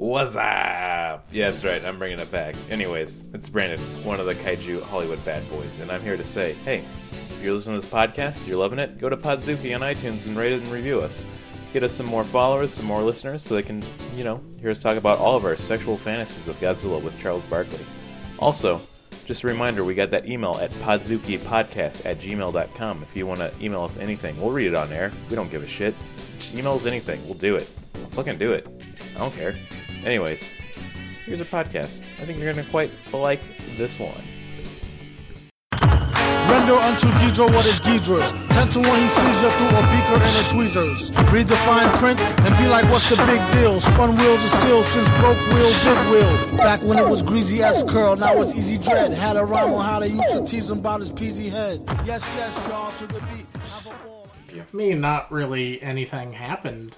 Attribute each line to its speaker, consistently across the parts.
Speaker 1: What's up? Yeah, that's right. I'm bringing it back. Anyways, it's Brandon, one of the kaiju Hollywood bad boys, and I'm here to say, hey, if you're listening to this podcast, you're loving it, go to Podzuki on iTunes and rate it and review us. Get us some more followers, some more listeners, so they can, you know, hear us talk about all of our sexual fantasies of Godzilla with Charles Barkley. Also, just a reminder, we got that email at podzukipodcast at gmail.com. If you want to email us anything, we'll read it on air. We don't give a shit. Just email us anything. We'll do it. I'll fucking do it. I don't care. Anyways, here's our podcast. I think you're going to quite like this one.
Speaker 2: Render unto Ghidra what is Ghidra's. Ten to one, he sees you through a beaker and a tweezers. Read the fine print and be like, what's the big deal? Spun wheels of steel since broke wheel, big wheel. Back when it was greasy as curl, now it's easy dread. Had a rhyme on how they used to tease him about his peasy head. Yes, yes, y'all, to the beat. Have a ball.
Speaker 3: I mean, not really anything happened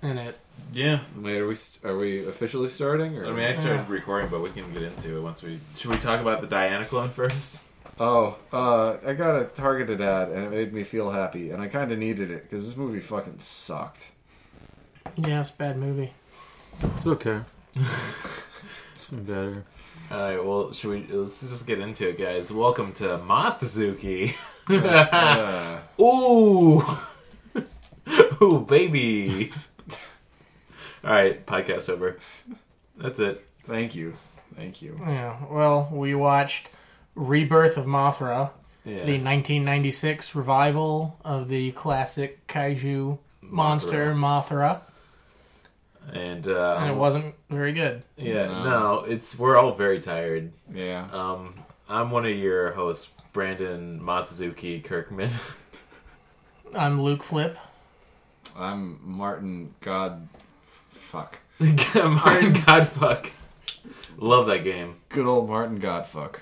Speaker 3: in it.
Speaker 1: Yeah.
Speaker 4: Wait, are we are we officially starting? Or?
Speaker 1: I mean, I started recording, but we can get into it once we. Should we talk about the Diana clone first?
Speaker 4: oh, uh, I got a targeted ad and it made me feel happy, and I kind of needed it because this movie fucking sucked.
Speaker 3: Yeah, it's a bad movie.
Speaker 5: It's okay. it's not better.
Speaker 1: All right. Well, should we? Let's just get into it, guys. Welcome to Mothzuki.
Speaker 4: Uh,
Speaker 1: Ooh. Ooh, baby. All right, podcast over. That's it.
Speaker 4: thank you, thank you.
Speaker 3: Yeah. Well, we watched Rebirth of Mothra,
Speaker 1: Yeah.
Speaker 3: the 1996 revival of the classic kaiju monster Mothra,
Speaker 1: And, uh,
Speaker 3: and it wasn't very good.
Speaker 1: yeah, no, it's we're all very tired.
Speaker 4: Yeah,
Speaker 1: Um, I'm one of your hosts, Brandon Mothzuki Kirkman.
Speaker 3: I'm Luke Flip.
Speaker 4: I'm Martin. God, f- fuck.
Speaker 1: Martin Godfuck. Love that game.
Speaker 4: Good old Martin Godfuck.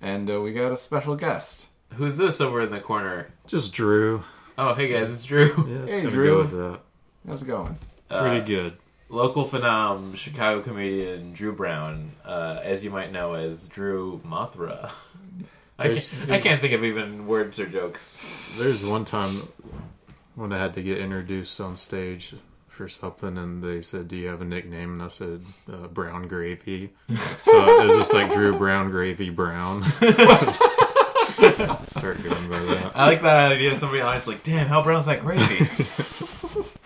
Speaker 4: And uh, we got a special guest.
Speaker 1: Who's this over in the corner?
Speaker 5: Just Drew.
Speaker 1: Oh, hey guys, it's Drew. Uh,
Speaker 5: Yeah, it's
Speaker 4: Hey,
Speaker 5: gonna
Speaker 4: Drew.
Speaker 5: go with that.
Speaker 4: How's it going?
Speaker 5: Pretty good.
Speaker 1: Local phenom, Chicago comedian Drew Brown, uh, as you might know as Drew Mothra. I can't, I can't think of even words or jokes.
Speaker 5: There's one time when I had to get introduced on stage for something, and they said, "Do you have a nickname?" And I said, uh, "Brown Gravy." So it was just like Drew Brown Gravy Brown. Start going by that.
Speaker 1: I like that idea of somebody on it's like, damn, how brown's that gravy?
Speaker 4: It's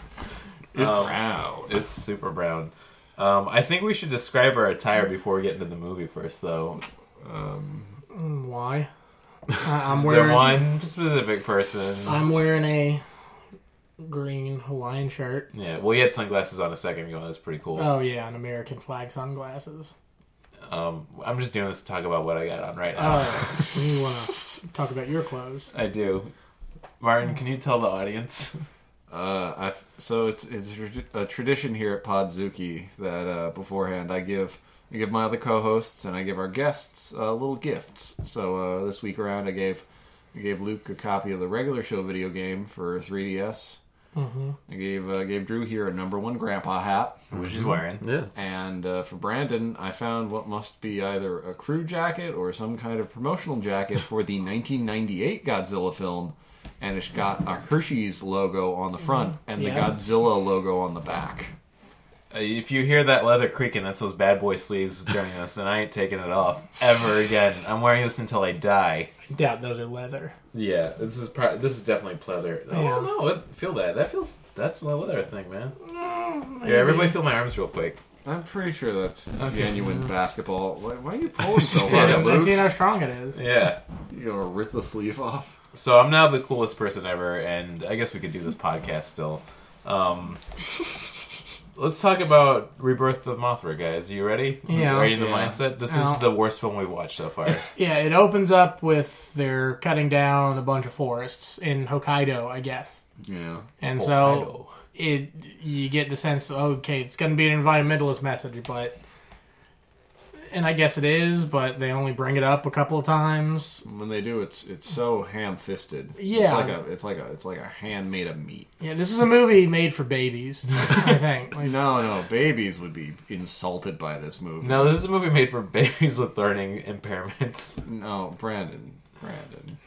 Speaker 4: proud.
Speaker 1: It's super brown. Um, I think we should describe our attire before we get into the movie first, though.
Speaker 3: mm, Why? I- I'm
Speaker 1: We're
Speaker 3: wearing
Speaker 1: one specific person.
Speaker 3: I'm wearing a green Hawaiian shirt.
Speaker 1: Yeah, well, you had sunglasses on a second ago. That's pretty cool.
Speaker 3: Oh yeah, an American flag sunglasses.
Speaker 1: Um, I'm just doing this to talk about what I got on right now.
Speaker 3: Oh, you want to talk about your clothes?
Speaker 1: I do. Martin, can you tell the audience?
Speaker 4: Uh, I so it's it's a trad- a tradition here at Podzuki that uh, beforehand I give I give my other co-hosts and I give our guests uh, little gifts. So uh, this week around I gave I gave Luke a copy of the regular show video game for 3DS. Mm-hmm. I gave uh, gave Drew here a number one grandpa hat,
Speaker 1: Which he's wearing.
Speaker 5: Yeah,
Speaker 4: and uh, for Brandon I found what must be either a crew jacket or some kind of promotional jacket for the 1998 Godzilla film. And it's got a Hershey's logo on the front and the
Speaker 3: Mm-hmm. Yeah.
Speaker 4: Godzilla logo on the back.
Speaker 1: Uh, If you hear that leather creaking, that's those bad boy sleeves during this, and I ain't taking it off ever again. I'm wearing this until I die.
Speaker 3: I doubt those are leather.
Speaker 1: Yeah, this is pro- this is definitely pleather. Oh
Speaker 3: Yeah.
Speaker 1: no, it, feel that. That feels that's a leather thing, man.
Speaker 3: Mm,
Speaker 1: Yeah, everybody feel my arms real quick.
Speaker 4: I'm pretty sure that's genuine basketball. Why, why are you pulling so
Speaker 1: Yeah,
Speaker 4: hard,
Speaker 1: Yeah,
Speaker 3: I've
Speaker 4: Luke?
Speaker 3: seen how strong it is.
Speaker 1: Yeah.
Speaker 4: You gonna rip the sleeve off?
Speaker 1: So I'm now the coolest person ever, and I guess we could do this podcast still. Um, let's talk about Rebirth of Mothra, guys. You ready?
Speaker 3: Yeah.
Speaker 1: Ready in the
Speaker 4: Yeah.
Speaker 1: mindset? This
Speaker 3: Yeah.
Speaker 1: is the worst film we've watched so far.
Speaker 3: Yeah, it opens up with they're cutting down a bunch of forests in Hokkaido, I guess.
Speaker 4: Yeah.
Speaker 3: And so it you get the sense okay, it's going to be an environmentalist message, but and I guess it is, but they only bring it up a couple of times.
Speaker 4: When they do, it's it's so ham-fisted. It's
Speaker 3: Yeah.
Speaker 4: like a it's like a it's like a hand made of meat.
Speaker 3: Yeah, this is a movie made for babies, I think. Like,
Speaker 4: No, no, babies would be insulted by this movie.
Speaker 1: no, this is a movie made for babies with learning impairments.
Speaker 4: no, Brandon, Brandon.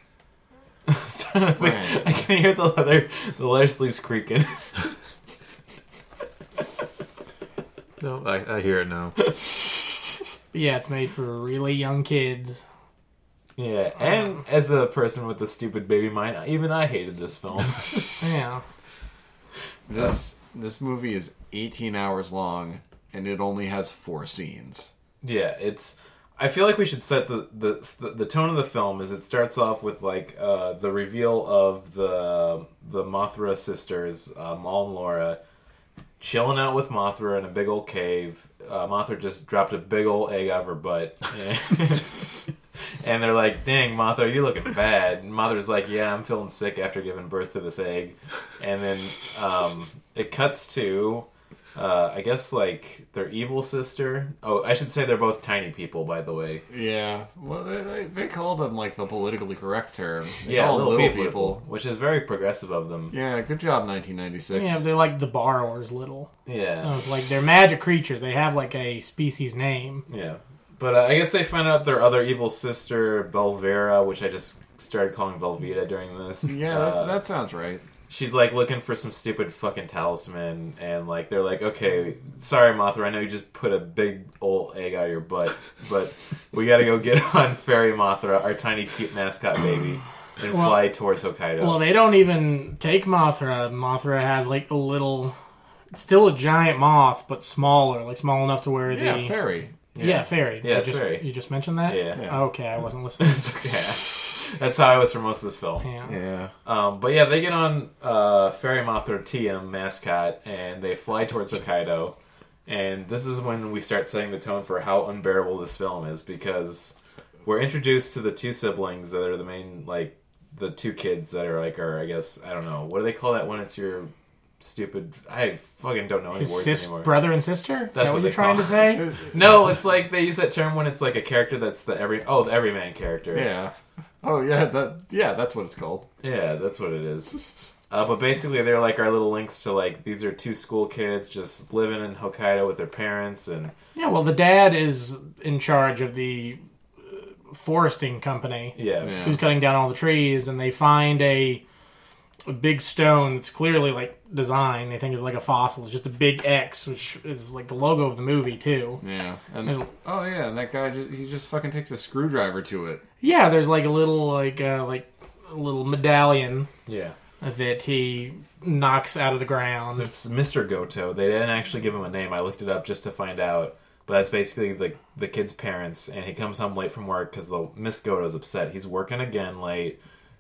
Speaker 1: So, like, I can hear the leather, the leather sleeves creaking.
Speaker 5: No, I, I hear it now.
Speaker 3: But yeah, it's made for really young kids.
Speaker 6: Yeah, and as a person with a stupid baby mind, even I hated this film.
Speaker 3: Yeah.
Speaker 4: This this movie is 18 hours long and it only has four scenes.
Speaker 6: yeah, it's. I feel like we should set the the the tone of the film is it starts off with like uh, the reveal of the the Mothra sisters, uh, Maul and Laura, chilling out with Mothra in a big old cave. Uh, Mothra just dropped a big old egg out of her butt. and they're like, dang, Mothra, you're looking bad. And Mothra's like, yeah, I'm feeling sick after giving birth to this egg. And then um, it cuts to, uh, I guess, like their evil sister. Oh, I should say they're both tiny people, by the way.
Speaker 4: Yeah. Well, they- they, they call them like the politically correct term. They
Speaker 6: Yeah,
Speaker 4: call them
Speaker 6: little, people, Which is very progressive of them.
Speaker 4: Yeah, good job, 1996.
Speaker 3: Yeah, they're like the borrowers little.
Speaker 6: Yeah.
Speaker 3: So
Speaker 4: Oh.
Speaker 3: it's like they're magic creatures. They have like a species name.
Speaker 6: Yeah. But uh, I guess they find out their other evil sister, Belvera, which I just started calling Velveeta during this.
Speaker 4: yeah,
Speaker 6: uh,
Speaker 4: that, that sounds right.
Speaker 6: she's like looking for some stupid fucking talisman and like they're like okay sorry mothra i know you just put a big old egg out of your butt but we gotta go get on fairy mothra our tiny cute mascot baby and fly towards hokkaido
Speaker 3: Well, they don't even take Mothra. Mothra has like a little, still a giant moth, but smaller, like small enough to where the
Speaker 4: Yeah, fairy.
Speaker 3: yeah, fairy.
Speaker 6: Yeah,
Speaker 3: you
Speaker 6: it's
Speaker 3: just,
Speaker 6: fairy.
Speaker 3: You just mentioned that.
Speaker 6: yeah yeah.
Speaker 4: Yeah.
Speaker 3: Okay, I wasn't listening.
Speaker 6: that's how i was for most of this film
Speaker 3: Yeah.
Speaker 4: Yeah.
Speaker 6: Um, but yeah, they get on uh, Fairy Mothra TM mascot and they fly towards Hokkaido. And this is when we start setting the tone for how unbearable this film is because we're introduced to the two siblings that are the main, like, the two kids that are, like, our, I guess, I don't know, what do they call that when it's your stupid. I fucking don't know any words
Speaker 3: Sis,
Speaker 6: anymore.
Speaker 3: brother and sister. Is
Speaker 6: That's
Speaker 3: that
Speaker 6: what
Speaker 3: what
Speaker 6: they
Speaker 3: you're trying to
Speaker 6: call
Speaker 3: say?
Speaker 6: no, it's like they use that term when it's, like, a character that's the every. Oh, the everyman character.
Speaker 4: Yeah. Oh yeah, that yeah, that's what it's called.
Speaker 6: Yeah, that's what it is. Uh, but basically, they're like our little links to like these are two school kids just living in Hokkaido with their parents, and
Speaker 3: yeah. Well, the dad is in charge of the uh, foresting company.
Speaker 6: yeah,
Speaker 4: Yeah.
Speaker 3: who's cutting down all the trees, and they find a a big stone that's clearly like design. They think is like a fossil. It's just a big X, which is like the logo of the movie too.
Speaker 4: Yeah. And oh yeah, and that guy ju- he just fucking takes a screwdriver to it.
Speaker 3: Yeah, there's like a little like uh, like a little medallion
Speaker 6: yeah.
Speaker 3: that he knocks out of the ground.
Speaker 6: It's Mr. Goto. They didn't actually give him a name. I looked it up just to find out. But that's basically the the kid's parents, and he comes home late from work because the Miss Goto's upset. He's working again late,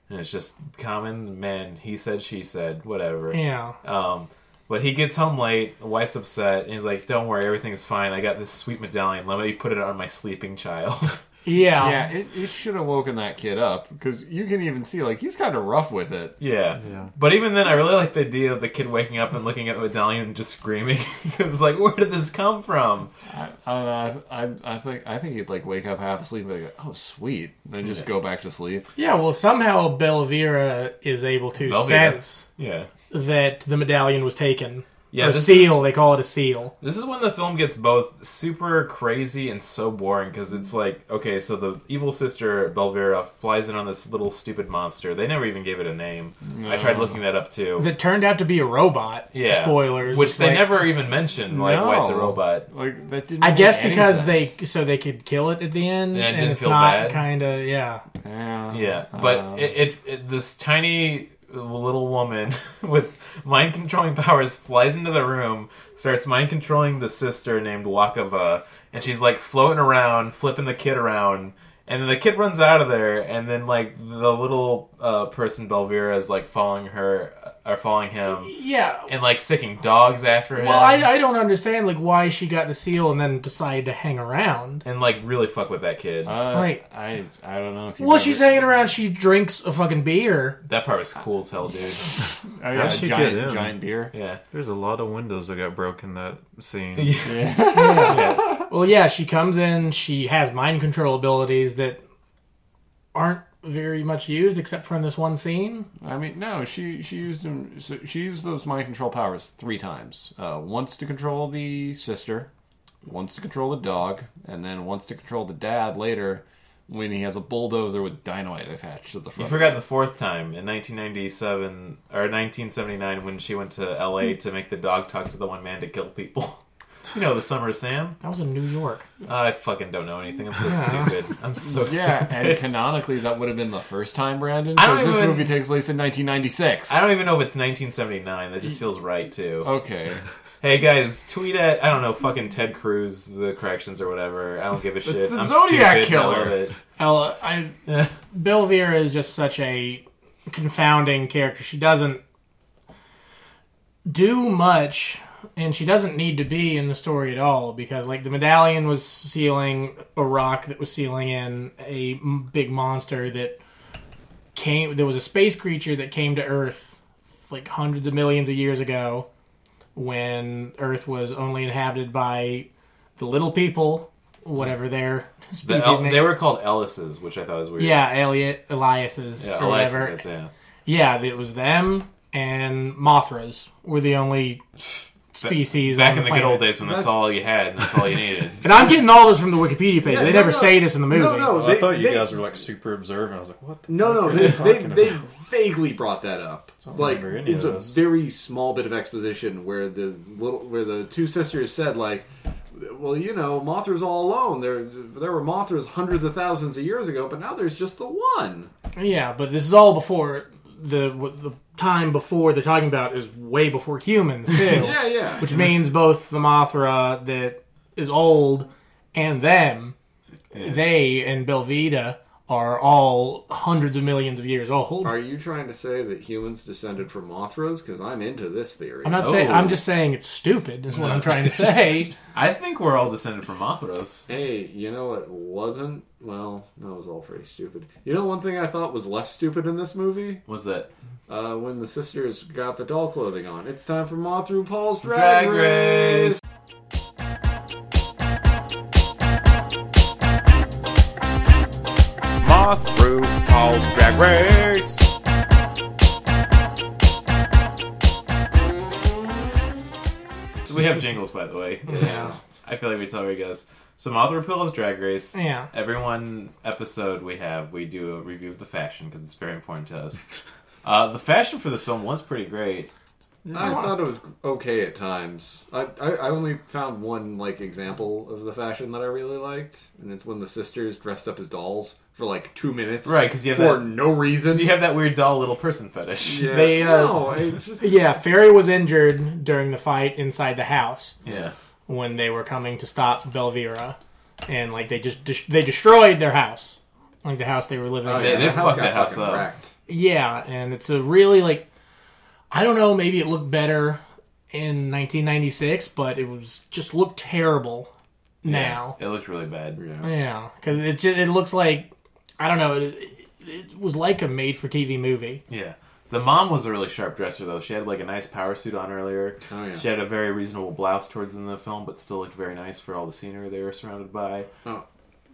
Speaker 6: and it's just common men. He said, she said, whatever.
Speaker 3: Yeah,
Speaker 6: Um, but he gets home late. The wife's upset, and he's like, "Don't worry, everything's fine. I got this sweet medallion. Let me put it on my sleeping child."
Speaker 3: yeah,
Speaker 4: Yeah, it, it should have woken that kid up because you can even see like he's kind of rough with it.
Speaker 6: yeah.
Speaker 5: Yeah.
Speaker 6: But even then, I really like the idea of the kid waking up and looking at the medallion and just screaming because it's like, "Where did this come from?"
Speaker 4: I, I don't know. I, I, I think I think he'd like wake up half asleep and be like, "Oh, sweet," then just go back to sleep.
Speaker 3: yeah. Well, somehow Belvira is able to
Speaker 6: Belvira.
Speaker 3: sense
Speaker 6: Yeah.
Speaker 3: that the medallion was taken.
Speaker 6: Yeah.
Speaker 3: or
Speaker 6: this
Speaker 3: seal.
Speaker 6: is-
Speaker 3: They call it a seal.
Speaker 6: This is when the film gets both super crazy and so boring because it's like, okay, so the evil sister Belvera flies in on this little stupid monster. They never even gave it a name. I tried looking that up too.
Speaker 3: that turned out to be a robot.
Speaker 6: yeah,
Speaker 3: Spoilers.
Speaker 6: which
Speaker 3: It's
Speaker 6: they
Speaker 3: like-
Speaker 6: never even mentioned. Like, why it's a
Speaker 4: No.
Speaker 6: robot.
Speaker 4: Like that didn't.
Speaker 3: I
Speaker 4: make
Speaker 3: guess
Speaker 4: any
Speaker 3: because they
Speaker 4: sense.
Speaker 3: so they could kill it at the end,
Speaker 6: Yeah, it
Speaker 3: and,
Speaker 6: didn't
Speaker 3: it's
Speaker 6: feel bad.
Speaker 3: not kind of yeah.
Speaker 4: Yeah.
Speaker 6: Yeah, but it, it, it this tiny little woman with mind controlling powers flies into the room, starts mind controlling the sister named Wakava, and she's like floating around, flipping the kid around. And then the kid runs out of there, and then like the little uh, person Belvira is like following her uh, or following him,
Speaker 3: Yeah.
Speaker 6: and um, like sicking dogs after him.
Speaker 3: Well, I, I don't understand like why she got the seal and then decided to hang around.
Speaker 6: and like really fuck with that kid.
Speaker 4: Uh,
Speaker 3: Right.
Speaker 4: I I don't know if you.
Speaker 3: Well, she's hanging around. She drinks a fucking beer.
Speaker 6: that part was cool as hell, dude.
Speaker 4: oh, yeah,
Speaker 5: How'd she
Speaker 4: giant
Speaker 5: get in?
Speaker 4: giant beer.
Speaker 6: Yeah,
Speaker 5: There's a lot of windows that got broken that scene.
Speaker 3: Well, yeah, she comes in. She has mind control abilities that aren't very much used except for in this one scene.
Speaker 4: I mean, no, she she used them. So she used those mind control powers three times. Uh, once to control the sister, once to control the dog, and then once to control the dad later when he has a bulldozer with dynamite attached to the
Speaker 6: You
Speaker 4: front.
Speaker 6: forgot the fourth time in 1997
Speaker 4: Hmm.
Speaker 6: or 1979 when she went to LA to make the dog talk to the one man to kill people. You know the Summer of Sam.
Speaker 3: That was in New York.
Speaker 6: I fucking don't know anything. I'm so stupid. I'm so
Speaker 4: Yeah,
Speaker 6: stupid.
Speaker 4: and canonically, that would have been the first time, Brandon,
Speaker 6: I don't
Speaker 4: because this
Speaker 6: even-
Speaker 4: movie takes place in 1996.
Speaker 6: I don't even know if it's 1979. That just feels right too.
Speaker 4: Okay,
Speaker 6: Hey guys, tweet at I don't know fucking Ted Cruz, the corrections or whatever. I don't give a shit.
Speaker 4: the
Speaker 6: I'm
Speaker 4: Zodiac
Speaker 6: stupid, and I
Speaker 4: killer.
Speaker 6: love it.
Speaker 3: Ella, I, Bill Vera is just such a confounding character. She doesn't do much, and she doesn't need to be in the story at all because, like, the medallion was sealing a rock that was sealing in a m- big monster that came. There was a space creature that came to Earth like hundreds of millions of years ago when Earth was only inhabited by the little people, whatever their
Speaker 6: The
Speaker 3: species
Speaker 6: El-
Speaker 3: name.
Speaker 6: they were called Ellis's, which I thought was weird.
Speaker 3: Yeah, Elliot, Elias's,
Speaker 6: yeah,
Speaker 3: or
Speaker 6: Elias,
Speaker 3: whatever.
Speaker 6: that's- yeah.
Speaker 3: Yeah, it was them and Mothras were the only species
Speaker 6: Back
Speaker 3: on
Speaker 6: in the
Speaker 3: planet.
Speaker 6: good old days when that's,
Speaker 5: That's-
Speaker 6: all you had and that's all you needed.
Speaker 3: And I'm getting all this from the Wikipedia page.
Speaker 5: Yeah,
Speaker 3: they
Speaker 5: no,
Speaker 3: never
Speaker 5: no.
Speaker 3: say this in the movie.
Speaker 5: No, no,
Speaker 7: Well,
Speaker 5: they,
Speaker 7: I thought you
Speaker 5: they-
Speaker 7: guys were like super observant. I was like, what? The
Speaker 5: No,
Speaker 7: fuck
Speaker 5: no,
Speaker 7: are
Speaker 5: they, they,
Speaker 7: talking
Speaker 5: they
Speaker 7: about?
Speaker 5: vaguely brought that up.
Speaker 7: don't
Speaker 5: Like
Speaker 7: remember any
Speaker 5: it was
Speaker 7: of
Speaker 5: a
Speaker 7: this.
Speaker 5: very small bit of exposition where the little where the two sisters said like, "Well, you know, Mothra's all alone. There there were Mothras hundreds of thousands of years ago, but now there's just the one."
Speaker 3: Yeah, but this is all before the what the time before they're talking about is way before humans too.
Speaker 5: Yeah, yeah.
Speaker 3: Which means both the Mothra that is old and them, they and Belvita are all hundreds of millions of years old.
Speaker 5: Are you trying to say that humans descended from Mothras? Because I'm into this theory.
Speaker 3: I'm not saying. I'm just saying it's stupid. Is what I'm trying to say.
Speaker 6: I think we're all descended from Mothras.
Speaker 5: Hey, you know what wasn't? Well, no, it was all pretty stupid. You know, one thing I thought was less stupid in this movie
Speaker 6: Was that
Speaker 5: uh, when the sisters got the doll clothing on. It's time for Ma through Paul's drag,
Speaker 6: Drag Race?
Speaker 5: race.
Speaker 1: Moth Brew Paul's Drag Race.
Speaker 6: We have jingles, by the way.
Speaker 3: Yeah.
Speaker 6: I feel like we tell you guys. So Mothra Pillows Drag Race.
Speaker 3: Yeah.
Speaker 6: Every one episode we have, we do a review of the fashion because it's very important to us. Uh, the fashion for this film was pretty great.
Speaker 5: I thought it was okay at times. I, I I only found one like example of the fashion that I really liked, and it's when the sisters dressed up as dolls for like two minutes,
Speaker 6: Right, 'cause you have
Speaker 5: for
Speaker 6: that-
Speaker 5: no reason.
Speaker 6: So you have that weird doll little person fetish.
Speaker 5: yeah.
Speaker 3: They, uh,
Speaker 5: no, it's just
Speaker 3: Yeah, Ferry was injured during the fight inside the house
Speaker 6: Yes.
Speaker 3: when they were coming to stop Belvira, and like they just des- they destroyed their house, like the house they were living.
Speaker 5: oh,
Speaker 3: in.
Speaker 6: they-
Speaker 5: yeah,
Speaker 6: they
Speaker 5: the house
Speaker 6: fucked
Speaker 5: got
Speaker 6: that house
Speaker 5: fucking
Speaker 6: up.
Speaker 5: wrecked.
Speaker 3: Yeah, and it's a really like I don't know, maybe it looked better in 1996, but it was just looked terrible now.
Speaker 6: It looked really bad.
Speaker 3: Yeah, because it just, it looks like I don't know. It, it, it was like a made for TV movie.
Speaker 6: Yeah. The mom was a really sharp dresser, though. She had like a nice power suit on earlier.
Speaker 5: Oh, yeah.
Speaker 6: She had a very reasonable blouse towards the end of the film, but still looked very nice for all the scenery they were surrounded by.
Speaker 5: Oh,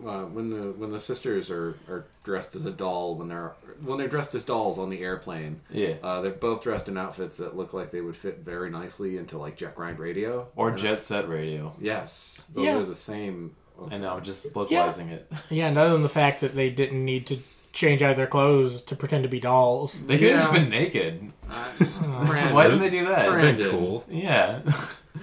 Speaker 5: uh, when the when the sisters are, are dressed as a doll when they're when they're dressed as dolls on the airplane.
Speaker 6: Yeah.
Speaker 5: Uh, they're both dressed in outfits that look like they would fit very nicely into like Jack Ryan radio.
Speaker 6: Or Jet Set Radio.
Speaker 5: Yes, those
Speaker 3: Yeah.
Speaker 5: are the same.
Speaker 6: And I'm just localizing it.
Speaker 3: Yeah, and other than the fact that they didn't need to change out of their clothes to pretend to be dolls.
Speaker 6: They could have
Speaker 5: Yeah.
Speaker 6: just been naked.
Speaker 5: Brandon,
Speaker 6: Why didn't they do that?
Speaker 7: That'd be
Speaker 5: Brandon,
Speaker 7: cool.
Speaker 6: Yeah.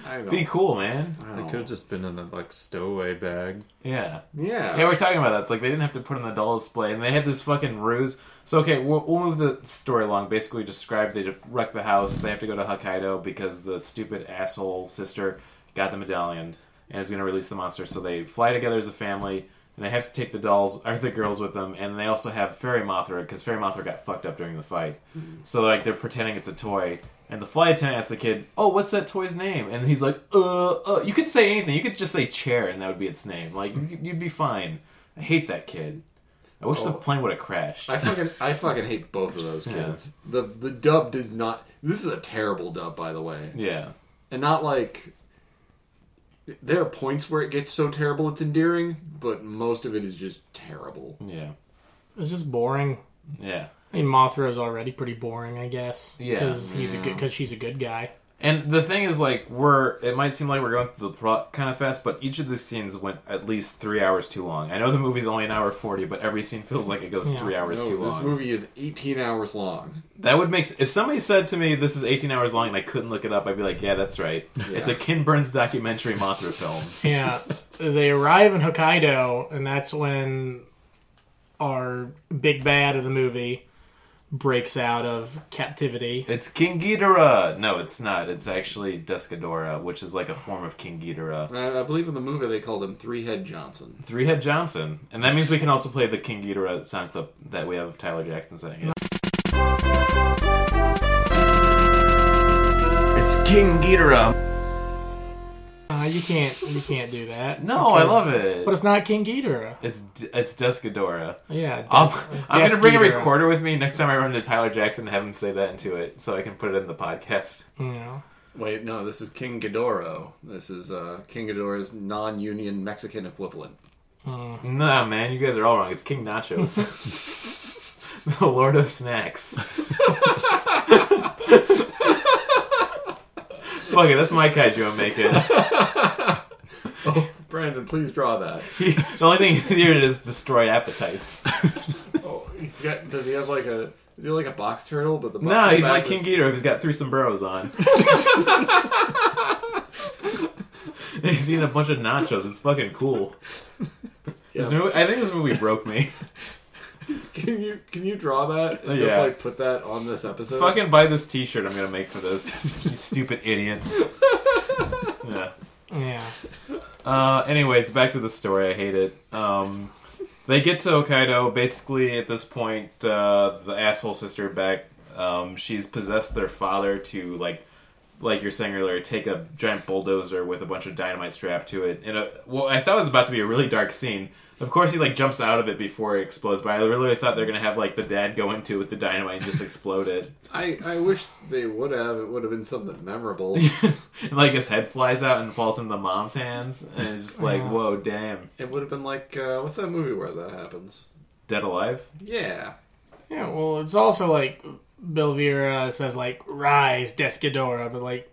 Speaker 5: I don't-
Speaker 6: Be cool, man.
Speaker 5: I
Speaker 7: They
Speaker 5: don't-
Speaker 7: could have just been in a like stowaway bag.
Speaker 6: Yeah.
Speaker 5: Yeah.
Speaker 6: Yeah, we're talking about that. It's like they didn't have to put in the doll display, and they had this fucking ruse. So okay, we'll, we'll move the story along. Basically, describe they def- wreck the house. They have to go to Hokkaido because the stupid asshole sister got the medallion and is going to release the monster. So they fly together as a family, and they have to take the dolls or the girls with them. And they also have Fairy Mothra because Fairy Mothra got fucked up during the fight. So like they're pretending it's a toy. And the flight attendant asks the kid, "Oh, what's that toy's name?" And he's like, "Uh, uh." You could say anything. You could just say chair, and that would be its name. Like you- you'd be fine. I hate that kid. I wish the plane would have crashed.
Speaker 5: Oh. I fucking I fucking hate both of those kids. The the dub does not. This is a terrible dub, by the way,
Speaker 6: yeah,
Speaker 5: and not like. There are points where it gets so terrible it's endearing, but most of it is just terrible.
Speaker 6: yeah,
Speaker 3: It's just boring.
Speaker 6: yeah.
Speaker 3: I mean, Mothra is already pretty boring, I guess.
Speaker 6: Yeah.
Speaker 3: because he's a good because she's a good guy.
Speaker 6: And the thing is, like, we're it might seem like we're going through the plot kind of fast, but each of the scenes went at least three hours too long. I know the movie's only an hour forty, but every scene feels like it goes
Speaker 3: Yeah.
Speaker 6: three hours
Speaker 5: No,
Speaker 6: too
Speaker 5: this
Speaker 6: long.
Speaker 5: movie is 18 hours long.
Speaker 6: That would make s- if somebody said to me this is eighteen hours long and I couldn't look it up, I'd be like, yeah, that's right. It's a Ken Burns documentary monster film.
Speaker 3: Yeah, they arrive in Hokkaido, and that's when our big bad of the movie breaks out of captivity.
Speaker 6: It's King Ghidorah. No, it's not. It's actually Descadora, which is like a form of King Ghidorah.
Speaker 5: I, I believe in the movie they called him Three Head Johnson.
Speaker 6: Three Head Johnson, and that means we can also play the King Ghidorah sound clip that we have of Tyler Jackson saying it.
Speaker 8: It's King Ghidorah.
Speaker 3: Uh, you can't, you can't do that.
Speaker 6: No, I
Speaker 3: Because-
Speaker 6: love it.
Speaker 3: But it's not King Ghidorah.
Speaker 6: It's it's Descadora.
Speaker 3: Yeah,
Speaker 6: I'm, I'm
Speaker 3: Desk
Speaker 6: gonna bring a
Speaker 3: Ghidorah.
Speaker 6: recorder with me next time I run into Tyler Jackson and have him say that into it, so I can put it in the podcast.
Speaker 3: you know.
Speaker 5: Wait, no, this is King Ghidorah. This is uh, King Ghidorah's non-union Mexican equivalent.
Speaker 6: Mm. Nah, man, you guys are all wrong. It's King Nachos, the Lord of Snacks. Fuck it, that's my kaiju I'm making.
Speaker 5: Oh, Brandon, please draw that.
Speaker 6: the only thing easier is destroy appetites.
Speaker 5: Oh, he's got. Does he have like a? Is he like a box turtle? But the box
Speaker 6: No, he's
Speaker 5: back
Speaker 6: like
Speaker 5: is-
Speaker 6: King Ghidorah. He's got three sombreros on. And he's eating a bunch of nachos. It's fucking cool. This movie, I think this movie broke me.
Speaker 5: Can you can you draw that? And Just
Speaker 6: Yeah.
Speaker 5: like put that on this episode.
Speaker 6: fucking buy this T-shirt I'm gonna make for this. you stupid idiots. yeah.
Speaker 3: Yeah,
Speaker 6: Uh, anyways, back to the story. I hate it. Um, they get to Hokkaido. Basically, at this point, uh, the asshole sister back. Um, she's possessed their father to like, like you're saying earlier, take a giant bulldozer with a bunch of dynamite strapped to it. And a, well, I thought it was about to be a really dark scene. Of course, he like jumps out of it before it explodes. But I really thought they're gonna have like the dad go into it with the dynamite and just explode it.
Speaker 5: I I wish they would have. It would have been something memorable.
Speaker 6: And, like his head flies out and falls into the mom's hands, and it's just like, whoa, damn,
Speaker 5: it would have been like uh, what's that movie where that happens?
Speaker 6: dead alive.
Speaker 5: Yeah.
Speaker 3: yeah. Well, it's also like Belvira says, like "Rise, Descadora," but like,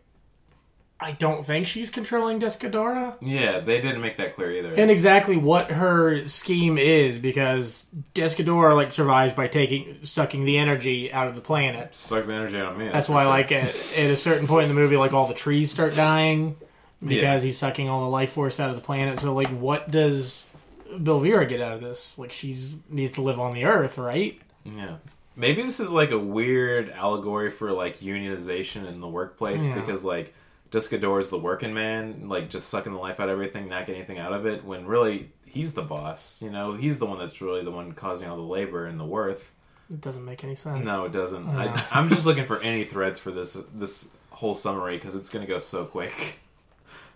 Speaker 3: I don't think she's controlling Descadora.
Speaker 6: Yeah, they didn't make that clear either.
Speaker 3: and exactly what her scheme is because Descador like survives by taking sucking the energy out of the planet.
Speaker 6: Suck the energy out of me.
Speaker 3: That's why like at, at a certain point in the movie like all the trees start dying because he's sucking all the life force out of the planet. So like what does Belvira get out of this? Like she's needs to live on the earth, right?
Speaker 6: Yeah. Maybe this is like a weird allegory for like unionization in the workplace
Speaker 3: Yeah.
Speaker 6: because like Discador is the working man, like just sucking the life out of everything, not getting anything out of it, when really he's the boss, you know? He's the one that's really the one causing all the labor and the worth.
Speaker 3: It doesn't make any sense.
Speaker 6: No, it doesn't. I, I'm just looking for any threads for this this whole summary because it's gonna go so quick.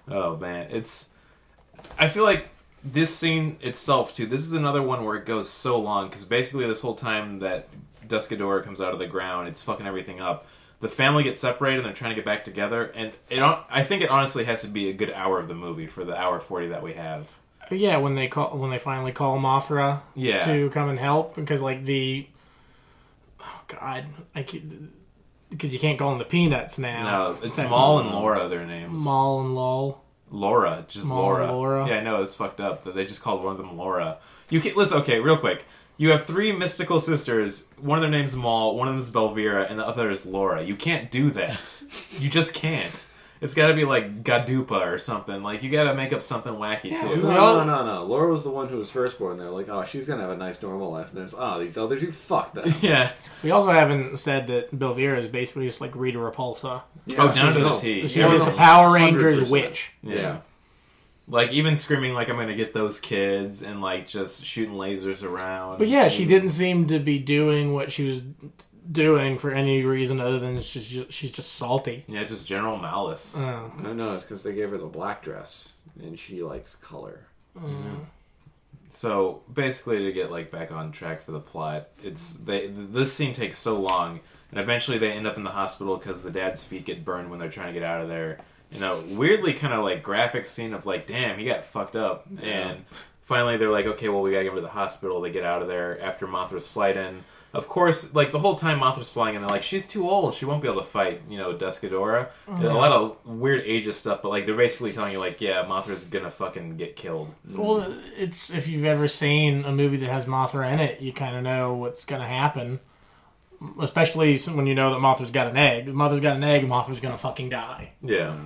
Speaker 6: Oh man, it's. I feel like this scene itself too. This is another one where it goes so long because basically this whole time that Duskador comes out of the ground, it's fucking everything up. The family gets separated and they're trying to get back together, and it. hon- I think it honestly has to be a good hour of the movie for the hour forty that we have.
Speaker 3: Yeah, when they call when they finally call Mothra
Speaker 6: Yeah.
Speaker 3: to come and help because like the oh god I because you can't call them the peanuts now.
Speaker 6: No, it's
Speaker 3: That's
Speaker 6: Maul and Laura. Their names.
Speaker 3: Maul and Lul.
Speaker 6: Laura, just
Speaker 3: Small
Speaker 6: Laura.
Speaker 3: Laura.
Speaker 6: Yeah, I know it's fucked up that they just called one of them Laura. You can listen. Okay, real quick. You have three mystical sisters. One of their name's Maul. One of them's Belvira, and the other is Laura. You can't do that. you just can't. It's got to be like Gadupa or something. Like you got to make up something wacky
Speaker 5: No,
Speaker 6: too.
Speaker 3: we all-
Speaker 5: no, no, no. Laura was the one who was firstborn. They're like, oh, she's gonna have a nice normal life. And there's ah, these other two, fuck them.
Speaker 6: Yeah.
Speaker 3: We also haven't said that Belvira is basically just like Rita Repulsa.
Speaker 6: Oh, down to the
Speaker 5: No.
Speaker 6: T.
Speaker 3: She's
Speaker 6: Yeah.
Speaker 3: just a Power Rangers
Speaker 5: 100%.
Speaker 3: witch.
Speaker 5: Yeah.
Speaker 6: Like even screaming like I'm gonna get those kids and like just shooting lasers around.
Speaker 3: But yeah, she didn't seem to be doing what she was doing for any reason other than she's just, she's just salty.
Speaker 6: Yeah, just general malice.
Speaker 3: Oh,
Speaker 5: No, no, it's because they gave her the black dress, and she likes color.
Speaker 6: so basically to get like back on track for the plot it's they th- this scene takes so long and eventually they end up in the hospital because the dad's feet get burned when they're trying to get out of there you know weirdly kind of like graphic scene of like damn he got fucked up and finally they're like okay well we gotta get him to the hospital they get out of there after mothra's flight in Of course, like the whole time Mothra's flying, and they're like, "She's too old. She won't be able to fight." You know, Descadora. There's a lot of weird ageist stuff, but like they're basically telling you, like, "Yeah, Mothra's gonna fucking get killed."
Speaker 3: Well, it's if you've ever seen a movie that has Mothra in it, you kind of know what's going to happen. Especially some- when you know that Mothra's got an egg. If Mothra's got an egg. Mothra's going to fucking die.
Speaker 6: Yeah,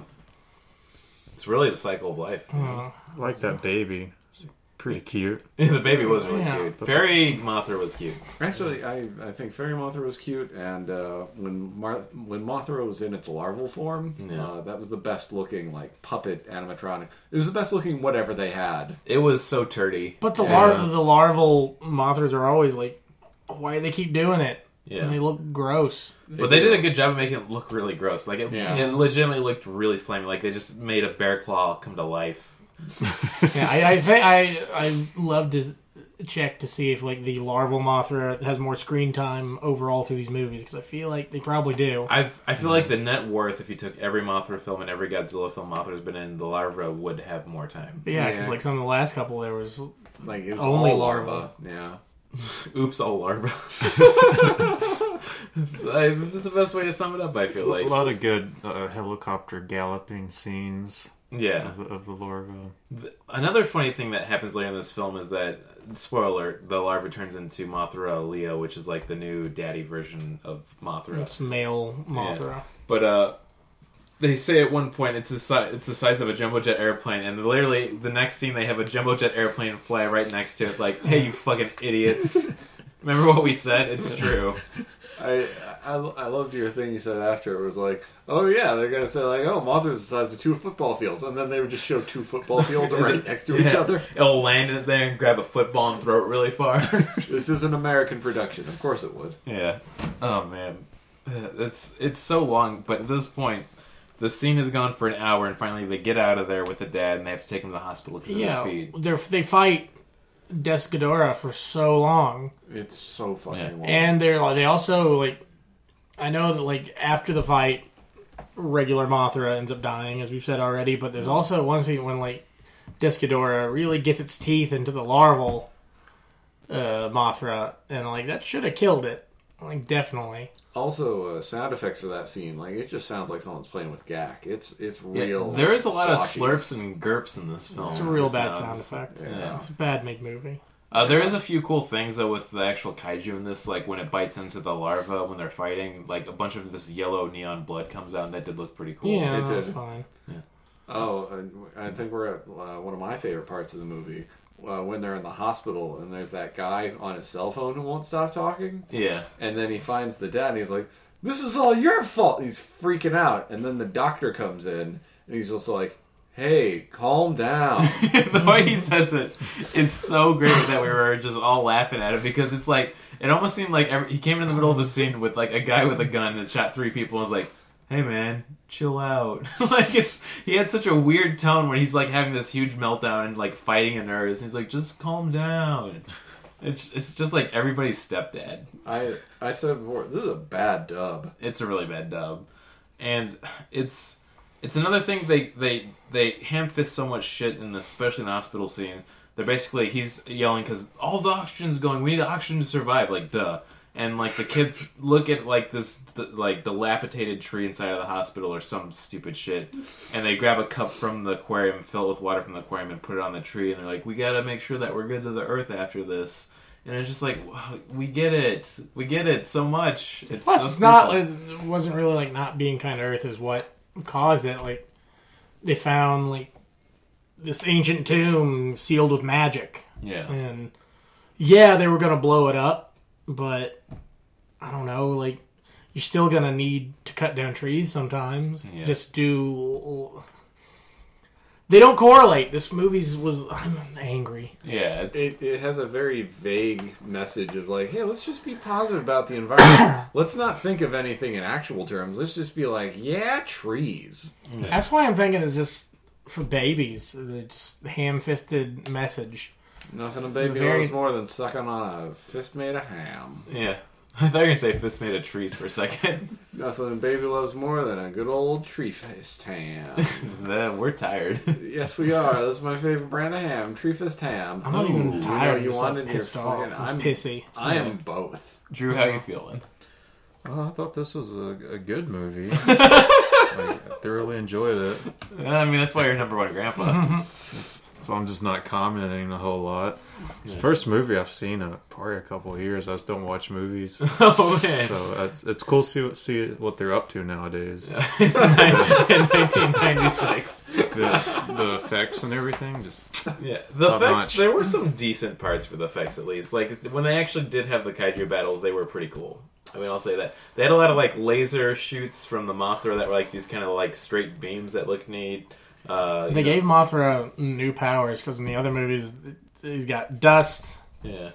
Speaker 6: it's really the cycle of life.
Speaker 5: Hmm. I like that baby. It's pretty cute.
Speaker 6: the baby was really
Speaker 3: Yeah.
Speaker 6: cute. Fairy Mothra was cute.
Speaker 4: Actually, I, I think Fairy Mothra was cute, and uh, when Mar- when Mothra was in its larval form,
Speaker 6: Yeah.
Speaker 4: uh, that was the best looking like puppet animatronic. It was the best looking whatever they had.
Speaker 6: It was so turdy.
Speaker 3: But the lar- the larval Mothras are always like, why do they keep doing it?
Speaker 6: Yeah.
Speaker 3: And they look gross.
Speaker 6: But they did a good job of making it look really gross. Like it,
Speaker 4: Yeah.
Speaker 6: it legitimately looked really slimy. Like they just made a bear claw come to life.
Speaker 3: yeah, I, I think I I love to check to see if like the larval Mothra has more screen time overall through these movies because I feel like they probably do.
Speaker 6: I've, I
Speaker 5: Hmm.
Speaker 6: feel like the net worth, if you took every Mothra film and every Godzilla film Mothra's been in, the larva would have more time.
Speaker 3: But yeah, because
Speaker 4: Yeah.
Speaker 3: like some of the last couple there was
Speaker 4: Like it was
Speaker 3: Only
Speaker 4: all
Speaker 3: larva.
Speaker 4: larva. Yeah.
Speaker 6: Oops, all larva. It's- I- That's the best way to sum it up. I feel
Speaker 5: There's a lot
Speaker 6: like.
Speaker 5: of good uh, helicopter galloping scenes
Speaker 6: Yeah.
Speaker 5: of, of the larva.
Speaker 6: Another funny thing that happens later in this film is that spoiler alert, the larva turns into Mothra Leo, which is like the new daddy version of Mothra.
Speaker 3: it's male Mothra.
Speaker 6: But uh, they say at one point it's the si- it's the size of a jumbo jet airplane, and literally the next scene they have a jumbo jet airplane fly right next to it, like, "Hey, you fucking idiots! Remember what we said? It's true."
Speaker 4: I, I I loved your thing you said after. It was like, oh yeah, they're gonna say like, oh, Mothra's the size of two football fields, and then they would just show two football fields
Speaker 6: Is
Speaker 4: right
Speaker 6: it-
Speaker 4: next to
Speaker 6: yeah.
Speaker 4: each other.
Speaker 6: It'll land it there and grab a football and throw it really far.
Speaker 4: This is an American production, of course it would.
Speaker 6: yeah. Oh man, Uh, it's it's so long, but at this point. The scene has gone for an hour, and finally they get out of there with the dad, and they have to take him to the hospital because
Speaker 3: Yeah,
Speaker 6: of his feet.
Speaker 3: they're, they fight Descadora for so long,
Speaker 4: It's so fucking
Speaker 6: Yeah.
Speaker 4: long.
Speaker 3: and they're like they also like I know that like after the fight, regular Mothra ends up dying as we've said already. But there's also one thing when like Descadora really gets its teeth into the larval uh, Mothra, and like that should have killed it. Like definitely,
Speaker 4: Also, uh, sound effects for that scene, like it just sounds like someone's playing with gack. It's it's
Speaker 6: Yeah,
Speaker 4: real.
Speaker 6: there is a lot of
Speaker 4: sloshy.
Speaker 6: slurps and gurps in this film.
Speaker 3: it's a real bad
Speaker 6: Sounds.
Speaker 3: sound effect.
Speaker 6: yeah.
Speaker 3: It's a bad made movie.
Speaker 6: Uh, there is a few cool things though with the actual kaiju in this, like when it bites into the larva when they're fighting, like a bunch of this yellow neon blood comes out, and that did look pretty cool.
Speaker 3: Yeah,
Speaker 4: it
Speaker 3: that was
Speaker 4: did.
Speaker 3: fine.
Speaker 4: Oh, and I think we're at uh, one of my favorite parts of the movie uh, when they're in the hospital and there's that guy on his cell phone who won't stop talking.
Speaker 6: yeah,
Speaker 4: And then he finds the dad and he's like, This is all your fault. He's freaking out. And then the doctor comes in and he's just like, Hey, calm down.
Speaker 6: the way he says it is so great that we were just all laughing at it because it's like it almost seemed like every, he came in the middle of a scene with like a guy with a gun that shot three people and was like, "Hey man, chill out." like it's he had such a weird tone when he's like having this huge meltdown and like fighting a nurse. He's like, "Just calm down." It's it's just like everybody's stepdad.
Speaker 4: I I said before, this is a bad dub.
Speaker 6: It's a really bad dub, and it's it's another thing they they they ham fist so much shit in this, especially in the hospital scene. They're basically he's yelling because all the oxygen's going. We need oxygen to survive. Like duh. And like the kids look at like this d- like dilapidated tree inside of the hospital or some stupid shit, and they grab a cup from the aquarium, fill it with water from the aquarium, and put it on the tree. And they're like, "We gotta make sure that we're good to the earth after this." And it's just like, wow, we get it, we get it so much. It's
Speaker 3: Plus,
Speaker 6: so
Speaker 3: it's not
Speaker 6: stupid.
Speaker 3: like, it wasn't really like not being kind to Earth is what caused it. Like they found like this ancient tomb sealed with magic,
Speaker 6: yeah.
Speaker 3: and yeah, they were gonna blow it up, but I don't know. Like you're still gonna need to cut down trees sometimes.
Speaker 6: Yeah.
Speaker 3: Just do. They don't correlate. This movie's was. I'm angry.
Speaker 6: Yeah, it's,
Speaker 4: It, it has a very vague message of like, hey, let's just be positive about the environment. let's not think of anything in actual terms. Let's just be like, yeah, trees.
Speaker 3: That's why I'm thinking it's just for babies. It's ham-fisted message.
Speaker 4: Nothing a baby
Speaker 3: Very-
Speaker 4: loves more than sucking on a fist made of ham.
Speaker 6: yeah. I thought you were gonna say fist made of trees for a second.
Speaker 7: Nothing baby loves more than a good old tree faced ham.
Speaker 6: Then we're tired.
Speaker 7: yes, we are. That's my favorite brand of ham, tree faced ham.
Speaker 3: I'm not even tired.
Speaker 7: you
Speaker 3: You
Speaker 7: wanted
Speaker 3: wanted
Speaker 7: your
Speaker 3: pissed off.
Speaker 7: fucking-
Speaker 3: I'm
Speaker 7: I'm-
Speaker 3: pissy.
Speaker 7: I am both.
Speaker 6: Drew, how you feeling?
Speaker 5: Well, Oh, I thought this was a, a good movie. like, I thoroughly enjoyed it.
Speaker 6: I mean, that's why you're number one grandpa.
Speaker 5: So I'm just not commenting a whole lot. It's the first movie I've seen in probably a couple of years. I just don't watch movies.
Speaker 6: oh man.
Speaker 5: So it's, it's cool to see what, see what they're up to nowadays.
Speaker 6: in 1996.
Speaker 5: The, the effects and everything. Just
Speaker 6: Yeah, the
Speaker 5: Top
Speaker 6: effects.
Speaker 5: notch.
Speaker 6: There were some decent parts for the effects, at least. Like when they actually did have the kaiju battles, they were pretty cool. I mean, I'll say that they had a lot of like laser shoots from the Mothra that were like these kind of like straight beams that looked neat. Uh, you
Speaker 3: They
Speaker 6: know,
Speaker 3: gave Mothra new powers because in the other movies, he's got dust
Speaker 6: yeah.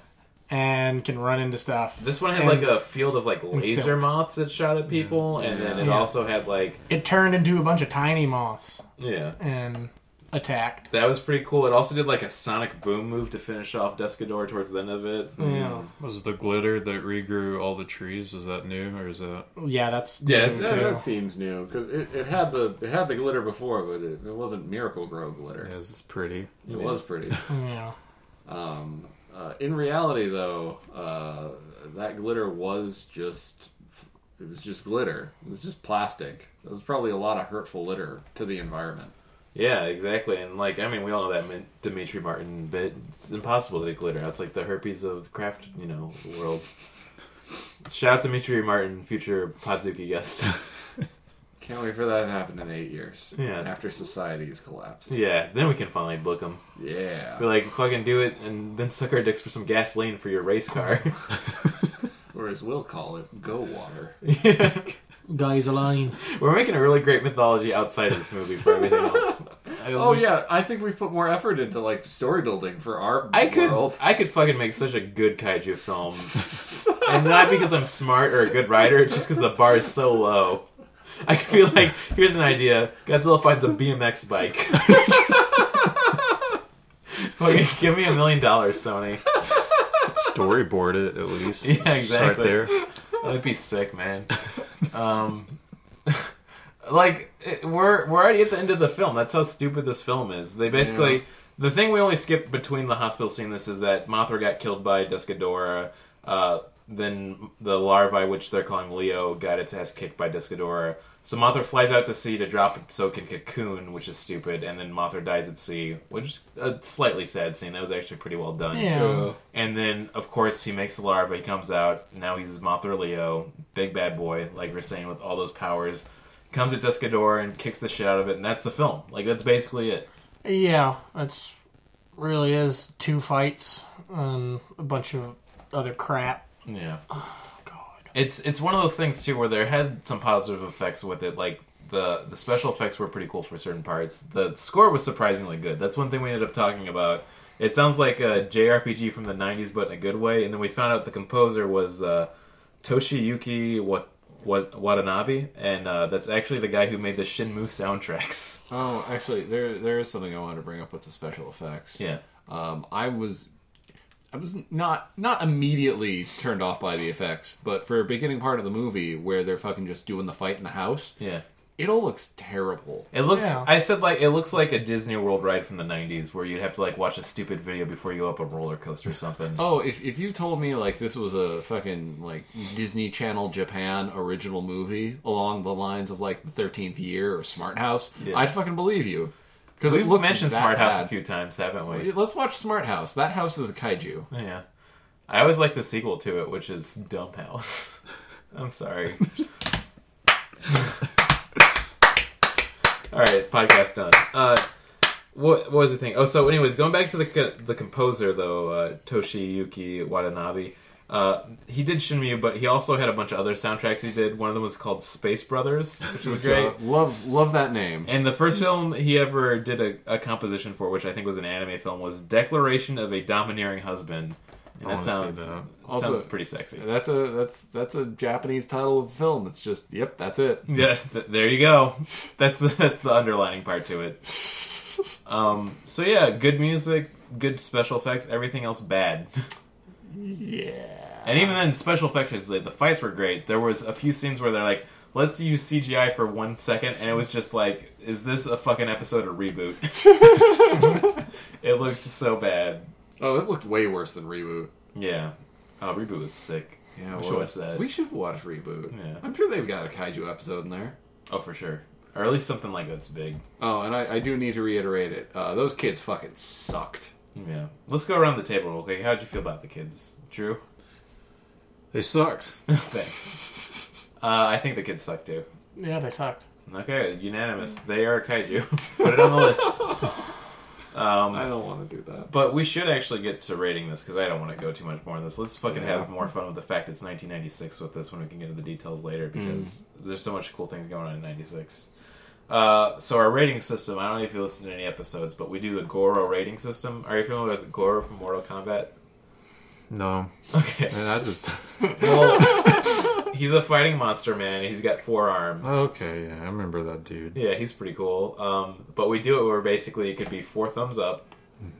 Speaker 3: and can run into stuff.
Speaker 6: This one had
Speaker 3: And
Speaker 6: like a field of like laser
Speaker 3: silk.
Speaker 6: moths that shot at people, and then it
Speaker 3: Yeah.
Speaker 6: also had like
Speaker 3: It turned into a bunch of tiny moths
Speaker 6: yeah.
Speaker 3: and attacked.
Speaker 6: That was pretty cool. It also did like a sonic boom move to finish off Descador towards the end of it.
Speaker 3: Oh, Yeah,
Speaker 5: was the glitter that regrew all the trees. Was that new or is that?
Speaker 3: yeah, that's
Speaker 6: Yeah, it's-
Speaker 7: Yeah,
Speaker 3: too.
Speaker 7: that seems new because it, it had the it had the glitter before, but it, it wasn't Miracle Grow glitter.
Speaker 5: Yeah, it's pretty.
Speaker 7: It was pretty.
Speaker 3: yeah.
Speaker 7: Um, uh, in reality, though, uh, that glitter was just it was just glitter. It was just plastic. It was probably a lot of hurtful litter to the environment.
Speaker 6: Yeah, exactly. And like, I mean, we all know that Min- Dimitri Martin bit. It's impossible to glitter. That's like the herpes of craft, you know, world. Shout out to Dimitri Martin, future Podzuki guest.
Speaker 7: Can't wait for that to happen in eight years.
Speaker 6: Yeah.
Speaker 7: After society's collapsed.
Speaker 6: yeah, then we can finally book him.
Speaker 7: Yeah.
Speaker 6: Be like, fucking do it, and then suck our dicks for some gasoline for your race car.
Speaker 7: Or as we'll call it, go water.
Speaker 3: Guys, line.
Speaker 6: We're making a really great mythology outside of this movie for everything else. I-
Speaker 7: Oh
Speaker 6: we should-
Speaker 7: yeah, I think we've put more effort into like story building for our
Speaker 6: I could,
Speaker 7: world.
Speaker 6: I could fucking make such a good kaiju film, and not because I'm smart or a good writer. It's just because the bar is so low. I could be like, here's an idea: Godzilla finds a BMX bike. Fucking give me a million dollars, Sony.
Speaker 5: Storyboard it at least.
Speaker 6: Yeah,
Speaker 5: Start
Speaker 6: exactly.
Speaker 5: there.
Speaker 6: That'd be sick, man. Um, like it- we're we're already at the end of the film. That's how stupid this film is. They basically the thing we only skipped between the hospital scene. This is that Mothra got killed by Descadora. Uh, then the larvae, which they're calling Leo, got its ass kicked by Descadora. So Mothra flies out to sea to drop it so it can cocoon, which is stupid. And then Mothra dies at sea, which is a slightly sad scene. That was actually pretty well done.
Speaker 3: Yeah. Yeah.
Speaker 6: And then, of course, he makes the larva. He comes out. Now he's Mothra Leo, big bad boy, like we're saying, with all those powers. Comes at Descador and kicks the shit out of it, and that's the film. Like that's basically it.
Speaker 3: Yeah, that's really is two fights and a bunch of other crap.
Speaker 6: Yeah.
Speaker 3: Oh, God.
Speaker 6: It's it's one of those things too where there had some positive effects with it, like the the special effects were pretty cool for certain parts. The score was surprisingly good. That's one thing we ended up talking about. It sounds like a JRPG from the '90s, but in a good way. And then we found out the composer was uh, Toshiyuki Wat, Wat, Watanabe, and uh, that's actually the guy who made the Shinmu soundtracks.
Speaker 4: Oh, actually, there there is something I wanted to bring up with the special effects.
Speaker 6: Yeah,
Speaker 4: Um, I was, I was not not immediately turned off by the effects, but for a beginning part of the movie where they're fucking just doing the fight in the house,
Speaker 6: yeah.
Speaker 4: it all looks terrible.
Speaker 6: It looks.
Speaker 3: Yeah.
Speaker 6: I said like it looks like a Disney World ride from the '90s, where you'd have to like watch a stupid video before you go up a roller coaster or something.
Speaker 4: Oh, if if you told me like this was a fucking like Disney Channel Japan original movie along the lines of like the Thirteenth Year or Smart House,
Speaker 6: Yeah.
Speaker 4: I'd fucking believe you. Because
Speaker 6: We've mentioned Smart House a few times, haven't we?
Speaker 4: Let's watch Smart House. That house is a kaiju.
Speaker 6: Yeah. I always like the sequel to it, which is Dumb House. I'm sorry. All right, podcast done. Uh, what, what was the thing? Oh, so anyways, going back to the co- the composer though, uh, Toshiyuki Watanabe. Uh, he did Shinmu, but he also had a bunch of other soundtracks he did. One of them was called Space Brothers, which was great.
Speaker 4: Uh, love love that name.
Speaker 6: And the first film he ever did a, a composition for, which I think was an anime film, was Declaration of a Domineering Husband. And that
Speaker 5: I wanna see
Speaker 6: sounds
Speaker 5: that.
Speaker 6: sounds
Speaker 4: Also-
Speaker 6: pretty sexy.
Speaker 4: That's a that's that's a Japanese title of a film. It's just yep, that's it.
Speaker 6: Yeah, th- there you go. That's the, that's the underlining part to it. Um, so yeah, good music, good special effects, everything else bad.
Speaker 4: Yeah.
Speaker 6: And even then, special effects, is like, the fights were great. There was a few scenes where they're like, let's use CGI for one second, and it was just like, is this a fucking episode of Reboot? it looked so bad.
Speaker 7: Oh, it looked way worse than reboot.
Speaker 6: Yeah. Oh, Reboot was sick.
Speaker 7: Yeah,
Speaker 6: we
Speaker 7: it
Speaker 6: should watch
Speaker 7: was.
Speaker 6: that.
Speaker 7: We should watch reboot.
Speaker 6: Yeah.
Speaker 7: I'm sure they've got a kaiju episode in there.
Speaker 6: Oh, for sure. Or at least something like that's big.
Speaker 7: Oh, and I, I do need to reiterate it. Uh, those kids fucking sucked.
Speaker 6: Yeah. Let's go around the table real quick. How'd you feel about the kids, Drew?
Speaker 5: They sucked.
Speaker 6: Thanks. uh, I think the kids suck too.
Speaker 3: Yeah, they sucked.
Speaker 6: Okay, unanimous. They are kaiju. Put it on the list.
Speaker 7: I don't want to do that.
Speaker 6: But we should actually get to rating this because I don't want to go too much more on this. Let's fucking have more fun with the fact it's 1996 with this when we can get into the details later
Speaker 5: Mm.
Speaker 6: because there's so much cool things going on in 96. Uh, so our rating system, I don't know if you listen to any episodes, but we do the Goro rating system. Are you familiar with Goro from Mortal Kombat?
Speaker 5: No,
Speaker 6: Okay.
Speaker 5: and I just
Speaker 6: well, he's a fighting monster man. He's got four arms.
Speaker 5: okay. Yeah, I remember that dude.
Speaker 6: Yeah, he's pretty cool. Um, but we do it where basically it could be four thumbs up,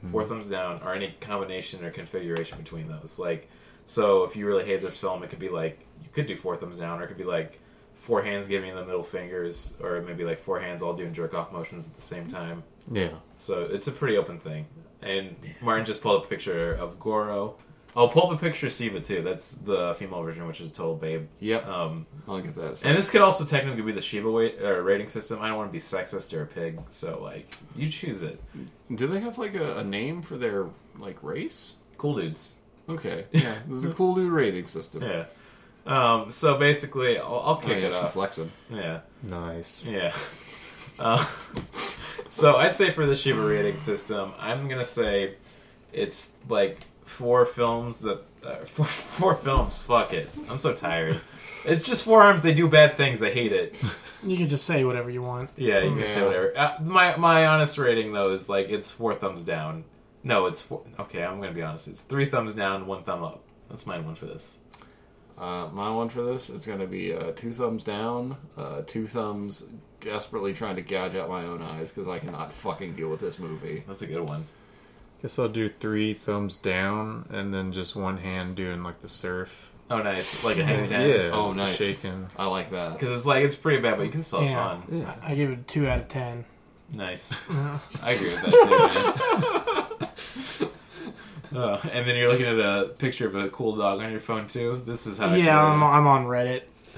Speaker 6: four thumbs down, or any combination or configuration between those. Like, so if you really hate this film, it could be like you could do four thumbs down, or it could be like four hands giving the middle fingers, or maybe like four hands all doing jerk off motions at the same time.
Speaker 5: Yeah,
Speaker 6: So it's a pretty open thing. And Martin just pulled up a picture of Goro. I'll pull up a picture of Siva too. That's the female version, which is total babe.
Speaker 7: Yep.
Speaker 6: Um,
Speaker 7: I'll get that.
Speaker 6: and this could also technically be the Shiva wait, uh, rating system. I don't want to be sexist or a pig, so like you choose it.
Speaker 7: do they have like a, a name for their like race?
Speaker 6: Cool dudes.
Speaker 7: Okay. Yeah. this is a cool new rating system.
Speaker 6: Yeah. Um, so basically, I'll, I'll
Speaker 7: Oh,
Speaker 6: kick
Speaker 7: yeah,
Speaker 6: it
Speaker 7: she's
Speaker 6: off.
Speaker 7: flexing.
Speaker 6: Yeah.
Speaker 5: nice.
Speaker 6: Yeah. Uh, so I'd say for the Shiva rating system, I'm gonna say it's like four films that uh, four, four films. Fuck it, I'm so tired. It's just four arms. They do bad things. I hate it.
Speaker 3: You can just say whatever you want.
Speaker 6: Yeah, you can say whatever. Uh, my my honest rating though is like it's four thumbs down. No, it's four. Okay, I'm gonna be honest. It's three thumbs down, one thumb up. That's my one for this.
Speaker 7: Uh, my one for this is going to be uh, two thumbs down, uh, two thumbs desperately trying to gouge out my own eyes because I cannot fucking deal with this movie.
Speaker 6: That's a good one.
Speaker 5: Guess I'll do three thumbs down and then just one hand doing like the surf.
Speaker 6: Oh, nice. Like a hang
Speaker 5: Yeah,
Speaker 6: ten.
Speaker 7: Oh, nice.
Speaker 5: Shaking.
Speaker 7: I like that.
Speaker 6: Because it's like it's pretty bad, but you can still have
Speaker 3: Yeah.
Speaker 6: fun.
Speaker 3: I give it a two out of ten.
Speaker 6: Nice. I agree with that too. man. Uh, and then you're looking at a picture of a cool dog on your phone too. This is how. I
Speaker 3: yeah,
Speaker 6: feel.
Speaker 3: I'm, I'm on Reddit.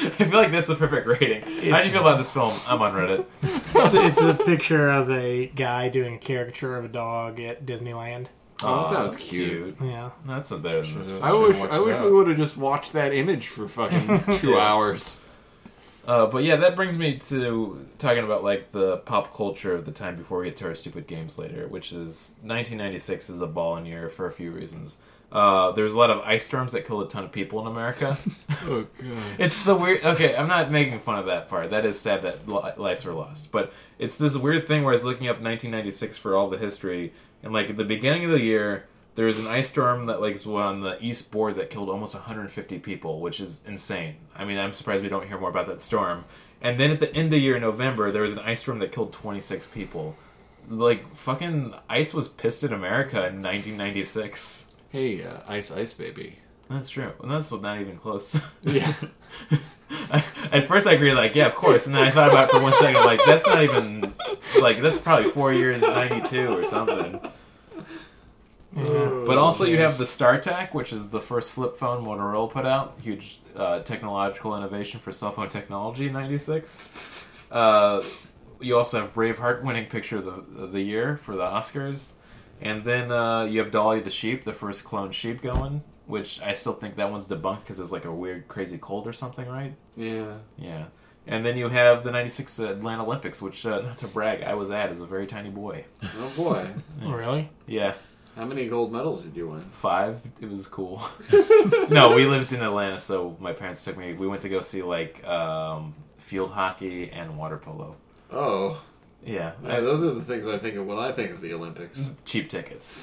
Speaker 6: I feel like that's the perfect rating. How do you feel about this film? I'm on Reddit.
Speaker 3: It's a, it's a picture of a guy doing a caricature of a dog at Disneyland.
Speaker 7: Oh, that
Speaker 6: Aw,
Speaker 7: sounds
Speaker 6: that's
Speaker 7: cute.
Speaker 3: Yeah.
Speaker 6: That's not better than this film.
Speaker 7: I wish I wish we would have just watched that image for fucking two
Speaker 6: Yeah.
Speaker 7: hours.
Speaker 6: Uh, but yeah, that brings me to talking about like the pop culture of the time before we get to our stupid games later, which is 1996 is a ball in year for a few reasons. Uh, there's a lot of ice storms that killed a ton of people in America.
Speaker 7: Oh god.
Speaker 6: It's the weird. Okay, I'm not making fun of that part. That is sad that li- lives were lost. But it's this weird thing where I was looking up 1996 for all the history, and like at the beginning of the year, there was an ice storm that like was on the east board that killed almost 150 people, which is insane. I mean, I'm surprised we don't hear more about that storm. And then at the end of year November, there was an ice storm that killed 26 people. Like fucking ice was pissed at America in 1996.
Speaker 7: Hey, uh, Ice Ice Baby.
Speaker 6: That's true. And that's not even close.
Speaker 7: Yeah.
Speaker 6: I, at first, I agree, like, yeah, of course. And then I thought about it for one second, like, that's not even, like, that's probably four years, 92 or something. But also, you have the StarTAC, which is the first flip phone Motorola put out. Huge uh, technological innovation for cell phone technology in 96. Uh, you also have Braveheart winning picture of the, of the year for the Oscars. And then uh, you have Dolly the sheep, the first cloned sheep going, which I still think that one's debunked because it was like a weird, crazy cold or something, right?
Speaker 7: Yeah.
Speaker 6: Yeah. And then you have the 96 Atlanta Olympics, which, uh, not to brag, I was at as a very tiny boy.
Speaker 7: Oh boy.
Speaker 3: Really?
Speaker 6: Yeah,
Speaker 7: How many gold medals did you win?
Speaker 6: five. It was cool. no, we lived in Atlanta, so my parents took me. We went to go see, like, um, field hockey and water polo.
Speaker 7: Oh.
Speaker 6: Yeah.
Speaker 7: Yeah, those are the things I think of when I think of the Olympics.
Speaker 6: Cheap tickets.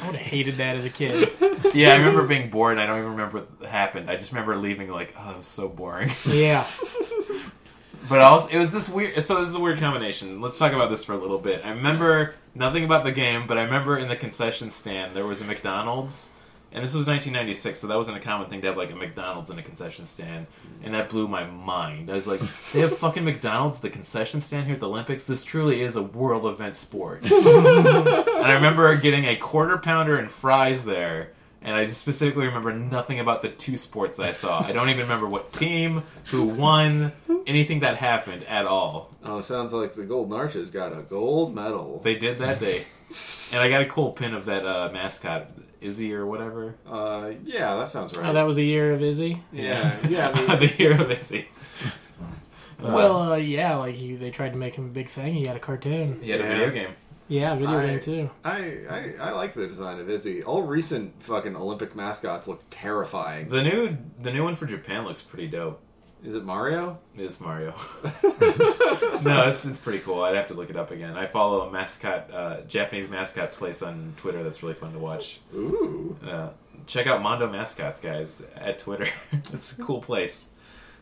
Speaker 3: I would have hated that as a kid.
Speaker 6: yeah, I remember being bored. and I don't even remember what happened. I just remember leaving like, oh, it was so boring.
Speaker 3: Yeah.
Speaker 6: But also, it was this weird. So this is a weird combination. Let's talk about this for a little bit. I remember nothing about the game, but I remember in the concession stand there was a McDonald's, and this was 1996, so that wasn't a common thing to have like a McDonald's in a concession stand, and that blew my mind. I was like, they have fucking McDonald's at the concession stand here at the Olympics. This truly is a world event sport. and I remember getting a quarter pounder and fries there. And I specifically remember nothing about the two sports I saw. I don't even remember what team, who won, anything that happened at all.
Speaker 7: Oh, it sounds like the Golden Arches got a gold medal.
Speaker 6: They did that day. And I got a cool pin of that uh, mascot, Izzy or whatever.
Speaker 7: Uh, yeah, that sounds right.
Speaker 3: Oh, that was the year of Izzy.
Speaker 7: yeah, yeah. I mean,
Speaker 6: the year of Izzy.
Speaker 3: well, uh, yeah, like he, they tried to make him a big thing. He had a cartoon.
Speaker 6: He had
Speaker 7: Yeah.
Speaker 6: a video game.
Speaker 3: Yeah, video
Speaker 7: I-
Speaker 3: game too.
Speaker 7: I, I I like the design of Izzy. All recent fucking Olympic mascots look terrifying.
Speaker 6: The new the new one for Japan looks pretty dope.
Speaker 7: Is it Mario?
Speaker 6: It's Mario. no, it's it's pretty cool. I'd have to look it up again. I follow a mascot uh, Japanese mascot place on Twitter that's really fun to watch.
Speaker 7: Ooh.
Speaker 6: Uh, check out Mondo Mascots, guys, at Twitter. it's a cool place.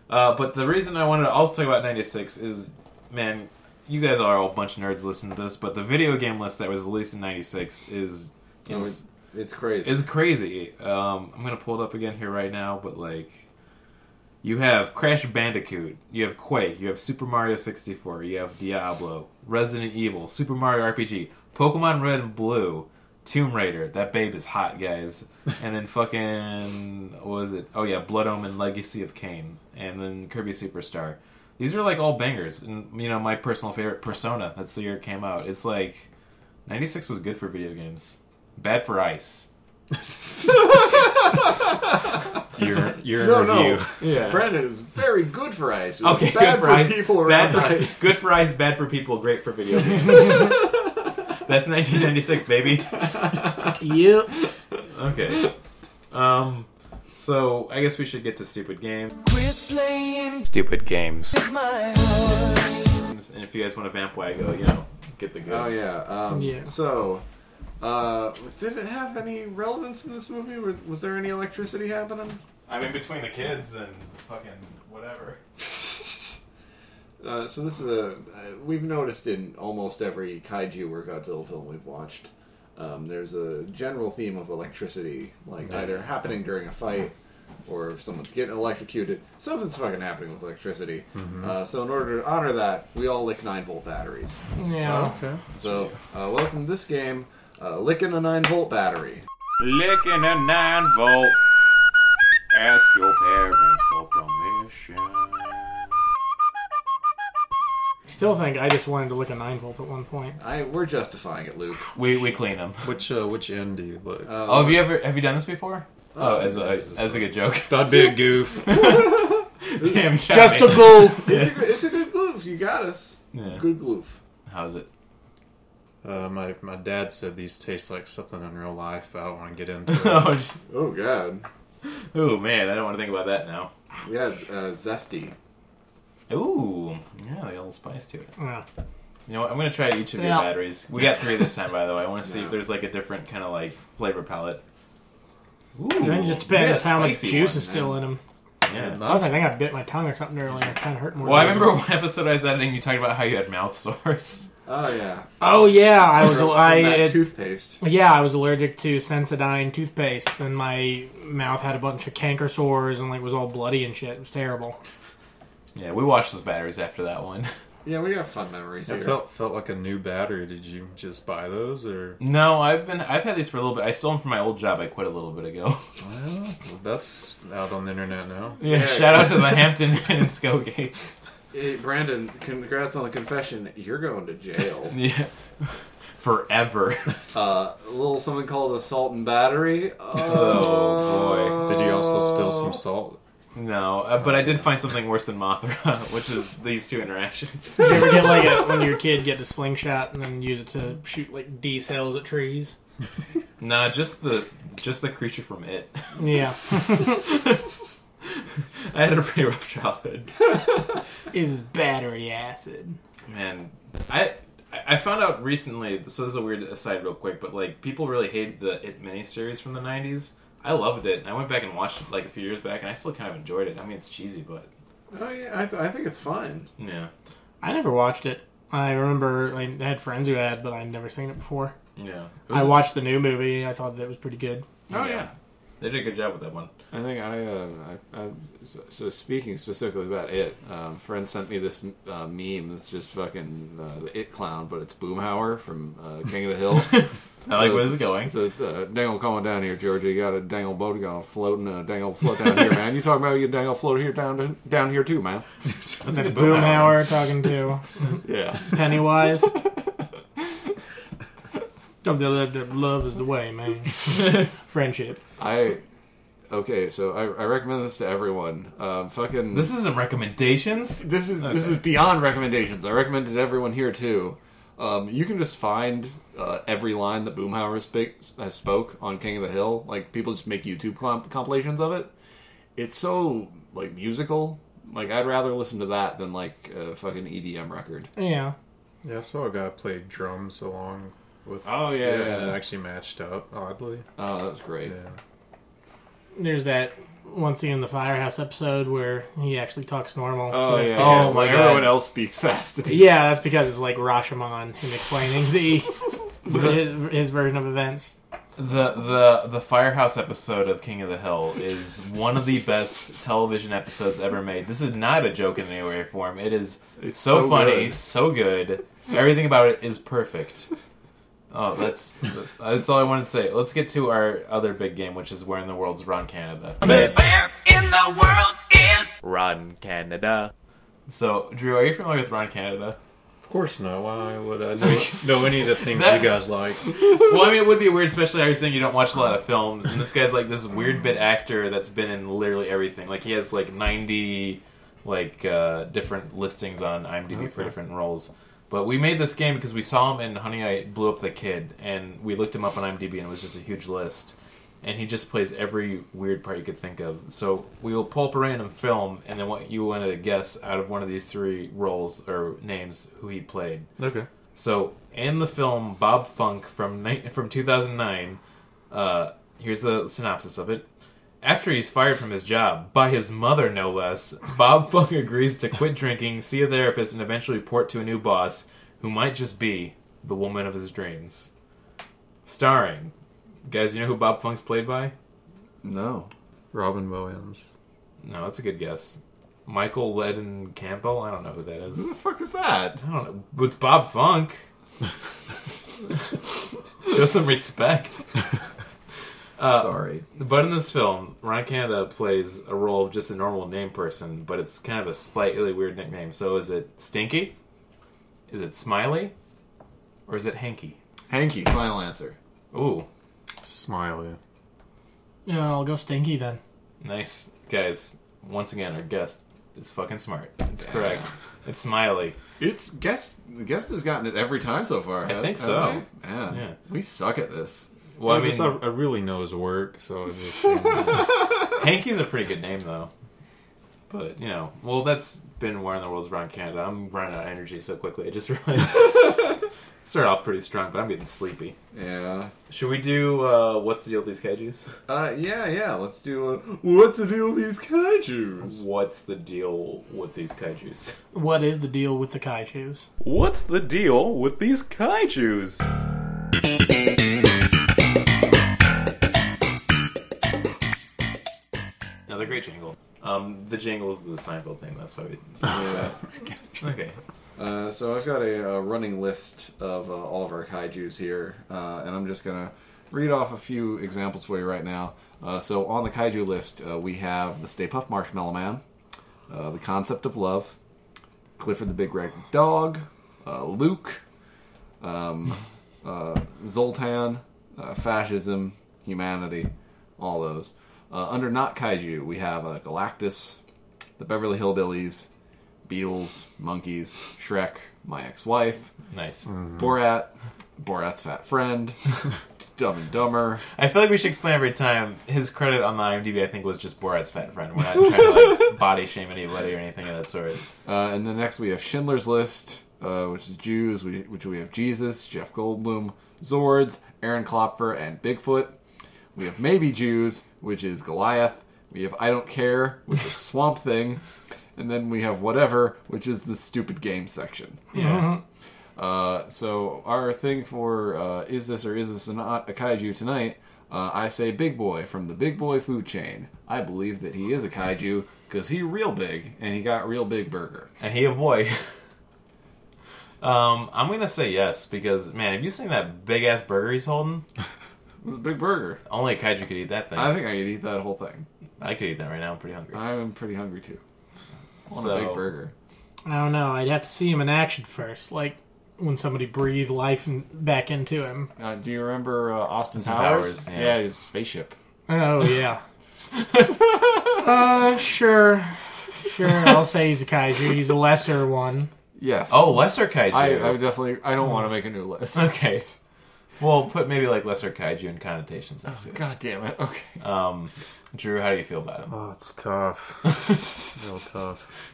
Speaker 6: Uh, but the reason I wanted to also talk about 96 is, man, you guys are all a bunch of nerds listening to this, but the video game list that was released in 96 is
Speaker 7: Oh,
Speaker 6: is,
Speaker 7: it's, it's crazy.
Speaker 6: is crazy. Um, I'm going to pull it up again here right now, but like. You have Crash Bandicoot, you have Quake, you have Super Mario 64, you have Diablo, Resident Evil, Super Mario RPG, Pokemon Red and Blue, Tomb Raider. That babe is hot, guys. And then fucking what was it? Oh yeah, Blood Omen, Legacy of Kain, and then Kirby Superstar. These are like all bangers, and you know my personal favorite Persona. That's the year it came out. It's like '96 was good for video games, bad for ice.
Speaker 5: You're, you're
Speaker 7: no,
Speaker 5: in
Speaker 7: no.
Speaker 5: review.
Speaker 6: Yeah.
Speaker 7: Brandon is very good for ice. It's
Speaker 6: Okay,
Speaker 7: bad
Speaker 6: good for, ice.
Speaker 7: people around
Speaker 6: bad for,
Speaker 7: ice.
Speaker 6: Good for ice, bad for people, great for video games. That's 1996, baby.
Speaker 3: Yep.
Speaker 6: Okay. Um, so I guess we should get to stupid games. Stupid games. And if you guys want a vamp go, you know, get the goods.
Speaker 7: Oh yeah. Um,
Speaker 3: Yeah.
Speaker 7: So, uh, did it have any relevance in this movie? Was, was there any electricity happening?
Speaker 6: I mean, between the kids and fucking whatever.
Speaker 7: Uh, so this is a uh, we've noticed in almost every kaiju or Godzilla film we've watched. Um, there's a general theme of electricity, like either happening during a fight or if someone's getting electrocuted. Something's fucking happening with electricity. Uh, so in order to honor that, we all lick nine volt batteries.
Speaker 3: Yeah.
Speaker 5: Okay.
Speaker 7: So uh, welcome to this game, uh, licking a nine volt battery.
Speaker 9: Licking a 9 volt. Ask your parents for permission.
Speaker 3: Still think I just wanted to lick a nine volt at one point.
Speaker 7: I we're justifying it, Luke.
Speaker 6: We we clean them.
Speaker 5: Which uh, which end do you look?
Speaker 6: Oh, have you ever have you done this before? Oh, as a, as a good joke.
Speaker 5: Uh, That'd be a goof.
Speaker 6: Damn,
Speaker 3: Just a
Speaker 6: Johnny.
Speaker 7: It's,
Speaker 3: goof.
Speaker 7: a, good- it's a good gloof. You got us.
Speaker 6: Yeah.
Speaker 7: Good gloof.
Speaker 6: How's it?
Speaker 5: Uh, my my dad said these taste like something in real life. but I don't want to get into.
Speaker 6: Oh, just,
Speaker 7: Oh god.
Speaker 6: ooh, man, I don't want to think about that now.
Speaker 7: Yeah, it's, uh, zesty.
Speaker 6: Ooh, yeah, the little spice to it.
Speaker 3: Yeah.
Speaker 6: You know what? I'm gonna try each of your
Speaker 3: Yeah.
Speaker 6: batteries. We got three this time, by the way. I want to see if there's like a different kind of like flavor palette. Ooh,
Speaker 3: And then it just
Speaker 6: we got
Speaker 3: depends
Speaker 6: a
Speaker 3: how much
Speaker 6: spicy
Speaker 3: juice
Speaker 6: one,
Speaker 3: is still in them.
Speaker 6: man. Yeah.
Speaker 3: Plus, I think I bit my tongue or something earlier. It kind of hurt more.
Speaker 6: Well, I
Speaker 3: than-
Speaker 6: remember one episode I was editing. You talked about how you had mouth sores.
Speaker 7: Oh yeah.
Speaker 3: Oh yeah, I was.
Speaker 7: From- from
Speaker 3: I
Speaker 7: that
Speaker 3: it-
Speaker 7: toothpaste.
Speaker 3: Yeah, I was allergic to Sensodyne toothpaste, and my mouth had a bunch of canker sores and like was all bloody and shit. It was terrible.
Speaker 6: Yeah, we watched those batteries after that one.
Speaker 7: Yeah, we got fun memories
Speaker 5: It
Speaker 7: here.
Speaker 5: felt felt like a new battery. Did you just buy those or?
Speaker 6: No, I've been I've had these for a little bit. I stole them from my old job. I quit a little bit ago.
Speaker 5: Well, that's out on the internet now.
Speaker 6: Yeah, shout out to the Hampton and Skokie.
Speaker 7: Hey, Brandon, congrats on the confession. You're going to jail.
Speaker 6: Yeah, forever.
Speaker 7: Uh, a little something called assault and battery.
Speaker 6: Oh,
Speaker 5: Did you also steal
Speaker 4: Uh,
Speaker 5: some salt?
Speaker 6: No, uh, but I did find something worse than Mothra, which is these two interactions.
Speaker 3: Did you ever get like a, when you're a kid, get a slingshot and then use it to shoot like D cells at trees?
Speaker 6: nah, just the just the creature from it.
Speaker 3: Yeah,
Speaker 6: I had a pretty rough childhood,
Speaker 3: is battery acid.
Speaker 6: man. I I found out recently. So this is a weird aside, real quick, but like people really hated the It miniseries from the '90s. I loved it, and I went back and watched it like a few years back, and I still kind of enjoyed it. I mean, it's cheesy, but
Speaker 7: Oh yeah, I, th- I think it's fine.
Speaker 6: Yeah.
Speaker 3: I never watched it. I remember like, I had friends who had, but I'd never seen it before.
Speaker 6: Yeah. It
Speaker 3: I
Speaker 6: was-
Speaker 3: watched the new movie. I thought that was pretty good.
Speaker 7: Oh
Speaker 6: yeah. They did a good job with that one.
Speaker 4: I think I, uh, I, I so- so speaking specifically about it, um, friend sent me this uh, meme that's just fucking uh, the it clown, but it's Boomhauer from uh, King of the Hill.
Speaker 6: I like where
Speaker 4: it's-
Speaker 6: this is going.
Speaker 4: So it's uh, dangle coming down here, Georgia. You got a dangle boat going floating, a dangle float down here, man. You talking about your dangle float here down to, down here too, man?
Speaker 6: That's a good boom hour.
Speaker 3: Boomhauer talking to
Speaker 4: Yeah.
Speaker 3: Pennywise. Don't they love that love is the way, man. Friendship.
Speaker 4: I okay. So I, I recommend this to everyone. Um, fucking
Speaker 6: This isn't recommendations.
Speaker 4: this is this is beyond recommendations. I recommend it to everyone here too. Um, you can just find uh, every line that Boomhauer speak, uh, spoke on King of the Hill. Like people just make YouTube comp- compilations of it. It's so like musical. Like I'd rather listen to that than like a fucking EDM record.
Speaker 3: Yeah.
Speaker 5: Yeah, I saw a guy play drums along with.
Speaker 4: Oh, yeah, yeah,
Speaker 5: and
Speaker 4: yeah.
Speaker 5: it actually matched up oddly.
Speaker 4: Oh, that was great.
Speaker 5: Yeah,
Speaker 3: There's that one scene in the firehouse episode where he actually talks normal.
Speaker 4: Oh
Speaker 3: That's
Speaker 4: yeah.
Speaker 3: because-
Speaker 6: Oh, my
Speaker 4: When Everyone
Speaker 6: God.
Speaker 4: else speaks fast.
Speaker 3: Yeah, that's because it's like Rashomon him explaining the his, his version of events.
Speaker 6: The the the firehouse episode of King of the Hill is one of the best television episodes ever made. This is not a joke in any way or form. It is
Speaker 4: It's
Speaker 6: so,
Speaker 4: so
Speaker 6: funny,
Speaker 4: good.
Speaker 6: so good. Everything about it is perfect. Oh, that's that's all I wanted to say. Let's get to our other big game, which is where in the world's Ron Canada.
Speaker 9: Where in the world is
Speaker 1: Run Canada.
Speaker 6: So, Drew, are you familiar with Ron Canada?
Speaker 5: of course not. Why would I know, know any of the things you guys like?
Speaker 6: Well, I mean, it would be weird, especially how you're saying you don't watch a lot of films, and this guy's like this weird bit actor that's been in literally everything. Like he has like 90 like uh, different listings on IMDb for different roles. But we made this game because we saw him in Honey I Blew Up the Kid, and we looked him up on IMDb, and it was just a huge list. And he just plays every weird part you could think of. So we will pull up a random film, and then what you wanted to guess out of one of these three roles or names who he played.
Speaker 5: Okay.
Speaker 6: So in the film Bob Funk from ni- from 2009, uh, here's a synopsis of it. After he's fired from his job by his mother, no less, Bob Funk agrees to quit drinking, see a therapist, and eventually report to a new boss who might just be the woman of his dreams. Starring, guys, you know who Bob Funk's played by?
Speaker 4: No.
Speaker 5: Robin Williams.
Speaker 6: No, that's a good guess. Michael Ledden Campbell. I don't know who that
Speaker 4: Who
Speaker 6: is.
Speaker 4: the fuck is that?
Speaker 6: I don't know. With Bob Funk. Show some respect.
Speaker 4: Sorry.
Speaker 6: But in this film, Ron Canada plays a role of just a normal name person, but it's kind of a slightly weird nickname. So is it Stinky? Is it Smiley? Or is it Hanky?
Speaker 4: Hanky. Final answer.
Speaker 6: Ooh,
Speaker 5: Smiley.
Speaker 3: Yeah, I'll go stinky then.
Speaker 6: nice. Guys, once again, our guest is fucking smart. It's correct. It's Smiley.
Speaker 4: It's guest. Guest has gotten it every time so far. ha- haven't
Speaker 6: think so.
Speaker 4: they? Man,
Speaker 6: Yeah.
Speaker 4: we suck at this.
Speaker 6: Well, I
Speaker 5: Oh, just, I,
Speaker 6: mean,
Speaker 5: I really know his work, so it's just,
Speaker 6: Hanky's a pretty good name, though. But, you know, well, that's been War in the World's Ron Canada. I'm running out of energy so quickly, I just realized. Started off pretty strong, but I'm getting sleepy.
Speaker 4: Yeah.
Speaker 6: Should we do uh, what's the deal with these kaijus?
Speaker 4: Uh, yeah, yeah. Let's do. A, what's the deal with these kaiju?
Speaker 6: What's the deal with these kaijus?
Speaker 3: What is the deal with the kaijus?
Speaker 9: What's the deal with these kaijus?
Speaker 6: Another great jingle. Um, the jingle is the Seinfeld thing. That's why we didn't say
Speaker 4: Yeah.
Speaker 6: it. Okay.
Speaker 4: Uh, so I've got a, uh running list of uh, all of our kaiju's here, uh, and I'm just gonna read off a few examples for you right now. Uh, so on the kaiju list, uh, we have the Stay Puft Marshmallow Man, uh, the Concept of Love, Clifford the Big Red Dog, uh, Luke, um, uh, Zoltan, uh, Fascism, Humanity, all those. Uh, under not kaiju, we have uh, Galactus, the Beverly Hillbillies, Beatles, Monkeys, Shrek, My Ex-Wife,
Speaker 6: Nice.
Speaker 4: Borat, Borat's Fat Friend, Dumb and Dumber.
Speaker 6: I feel like we should explain every time. His credit on the IMDb, I think, was just Borat's fat friend. We're not trying to like, body shame anybody or anything of that sort.
Speaker 4: Uh, and then next we have Schindler's List, uh, which is Jews, we, which we have Jesus, Jeff Goldblum, Zords, Aaron Klopfer, and Bigfoot. We have Maybe Jews, which is Goliath. We have I Don't Care, which is Swamp Thing. and then we have whatever, which is the stupid game section.
Speaker 6: Yeah.
Speaker 4: Uh, so our thing for uh, is this or is this not a kaiju tonight? Uh, I say Big Boy from the Big Boy food chain. I believe that he is a kaiju because he real big and he got real big burger.
Speaker 6: And he a boy. um, I'm gonna say yes because man, have you seen that big ass burger he's holding?
Speaker 4: It's a big burger.
Speaker 6: Only a kaiju could eat that thing.
Speaker 4: I
Speaker 6: I,
Speaker 4: think I could eat that whole thing.
Speaker 6: could eat that right now. I'm pretty hungry.
Speaker 4: I'm pretty hungry too. I want
Speaker 6: So-
Speaker 4: a big burger.
Speaker 3: I don't know. I'd have to see him in action first, like when somebody breathed life in, back into him.
Speaker 4: Uh, do you remember uh, Austin
Speaker 6: Austin
Speaker 4: Powers?
Speaker 6: Powers, yeah.
Speaker 4: his spaceship.
Speaker 3: Oh yeah. uh, sure, sure. I'll say he's a kaiju. He's a lesser one.
Speaker 4: Yes.
Speaker 6: Oh, lesser kaiju.
Speaker 4: I, I would definitely. I don't want to make a new list.
Speaker 6: Hmm. okay. Well, put maybe like lesser kaiju and connotations next to it.
Speaker 4: God damn it. Okay.
Speaker 6: Um, Drew, how do you feel about him?
Speaker 5: Oh, it's tough. Real tough.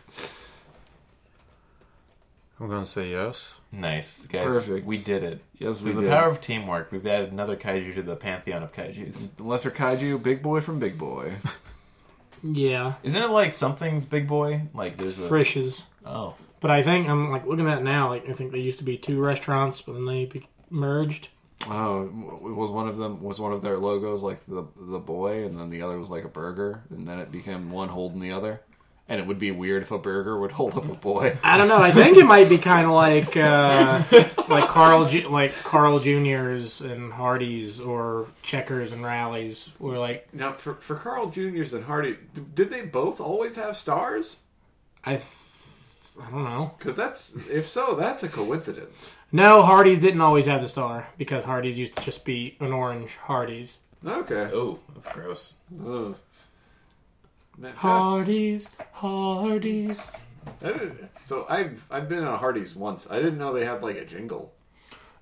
Speaker 5: I'm gonna say yes.
Speaker 6: Nice, guys.
Speaker 4: Perfect.
Speaker 6: We did it.
Speaker 4: Yes, we
Speaker 6: Through the
Speaker 4: did.
Speaker 6: power of teamwork, we've added another kaiju to the pantheon of kaijus.
Speaker 4: Lesser kaiju, big boy from Big Boy.
Speaker 3: Yeah,
Speaker 6: Isn't it like something's big boy? Like there's a
Speaker 3: Frisch's.
Speaker 6: oh
Speaker 3: But I think I'm like looking at it now. Like I think they used to be two restaurants, but then they be- merged.
Speaker 4: Oh, was one of them was one of their logos like the the boy, and then the other was like a burger, and then it became one holding the other. And it would be weird if a burger would hold up a boy.
Speaker 3: I don't know. I think it might be kind of like uh, like Carl Ju- like Carl Juniors and Hardee's or Checkers and Rallies, or like
Speaker 7: Now, for, for Carl Jr.'s and Hardy, d- did they both always have stars?
Speaker 3: I th- I don't know.
Speaker 7: Because that's, if so, that's a coincidence.
Speaker 3: No, Hardee's didn't always have the star because Hardee's used to just be an orange Hardee's.
Speaker 7: Okay.
Speaker 6: oh that's gross.
Speaker 7: Ugh. That fast-
Speaker 3: Hardee's, Hardee's.
Speaker 7: I didn't- so I've I've been on Hardee's once. I didn't know they had like a jingle.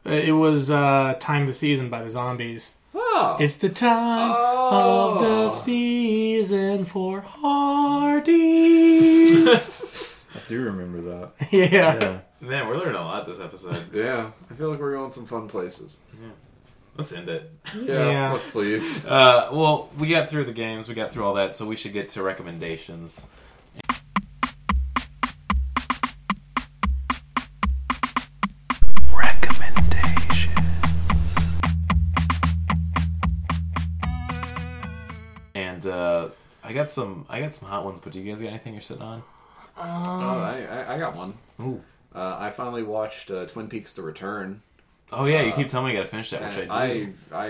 Speaker 3: It was uh, Time of the Season by the Zombies.
Speaker 7: Oh,
Speaker 3: It's the time of the season for Hardee's.
Speaker 5: I do remember that.
Speaker 3: yeah.
Speaker 5: Yeah.
Speaker 6: Man, we're learning a lot this episode.
Speaker 7: yeah. I feel like we're going some fun places.
Speaker 6: Let's end it.
Speaker 7: Yeah,
Speaker 3: Yeah.
Speaker 7: let's please.
Speaker 6: Uh, well, we got through the games, we got through all that, so we should get to recommendations. And uh, I got some, I got some hot ones. But do you guys got anything you're sitting on?
Speaker 7: Oh, I, I I got one.
Speaker 6: Ooh.
Speaker 7: Uh, I finally watched uh, Twin Peaks: The Return.
Speaker 6: Oh yeah, you keep telling me I gotta finish that, which
Speaker 7: And
Speaker 6: I do.
Speaker 7: I, I,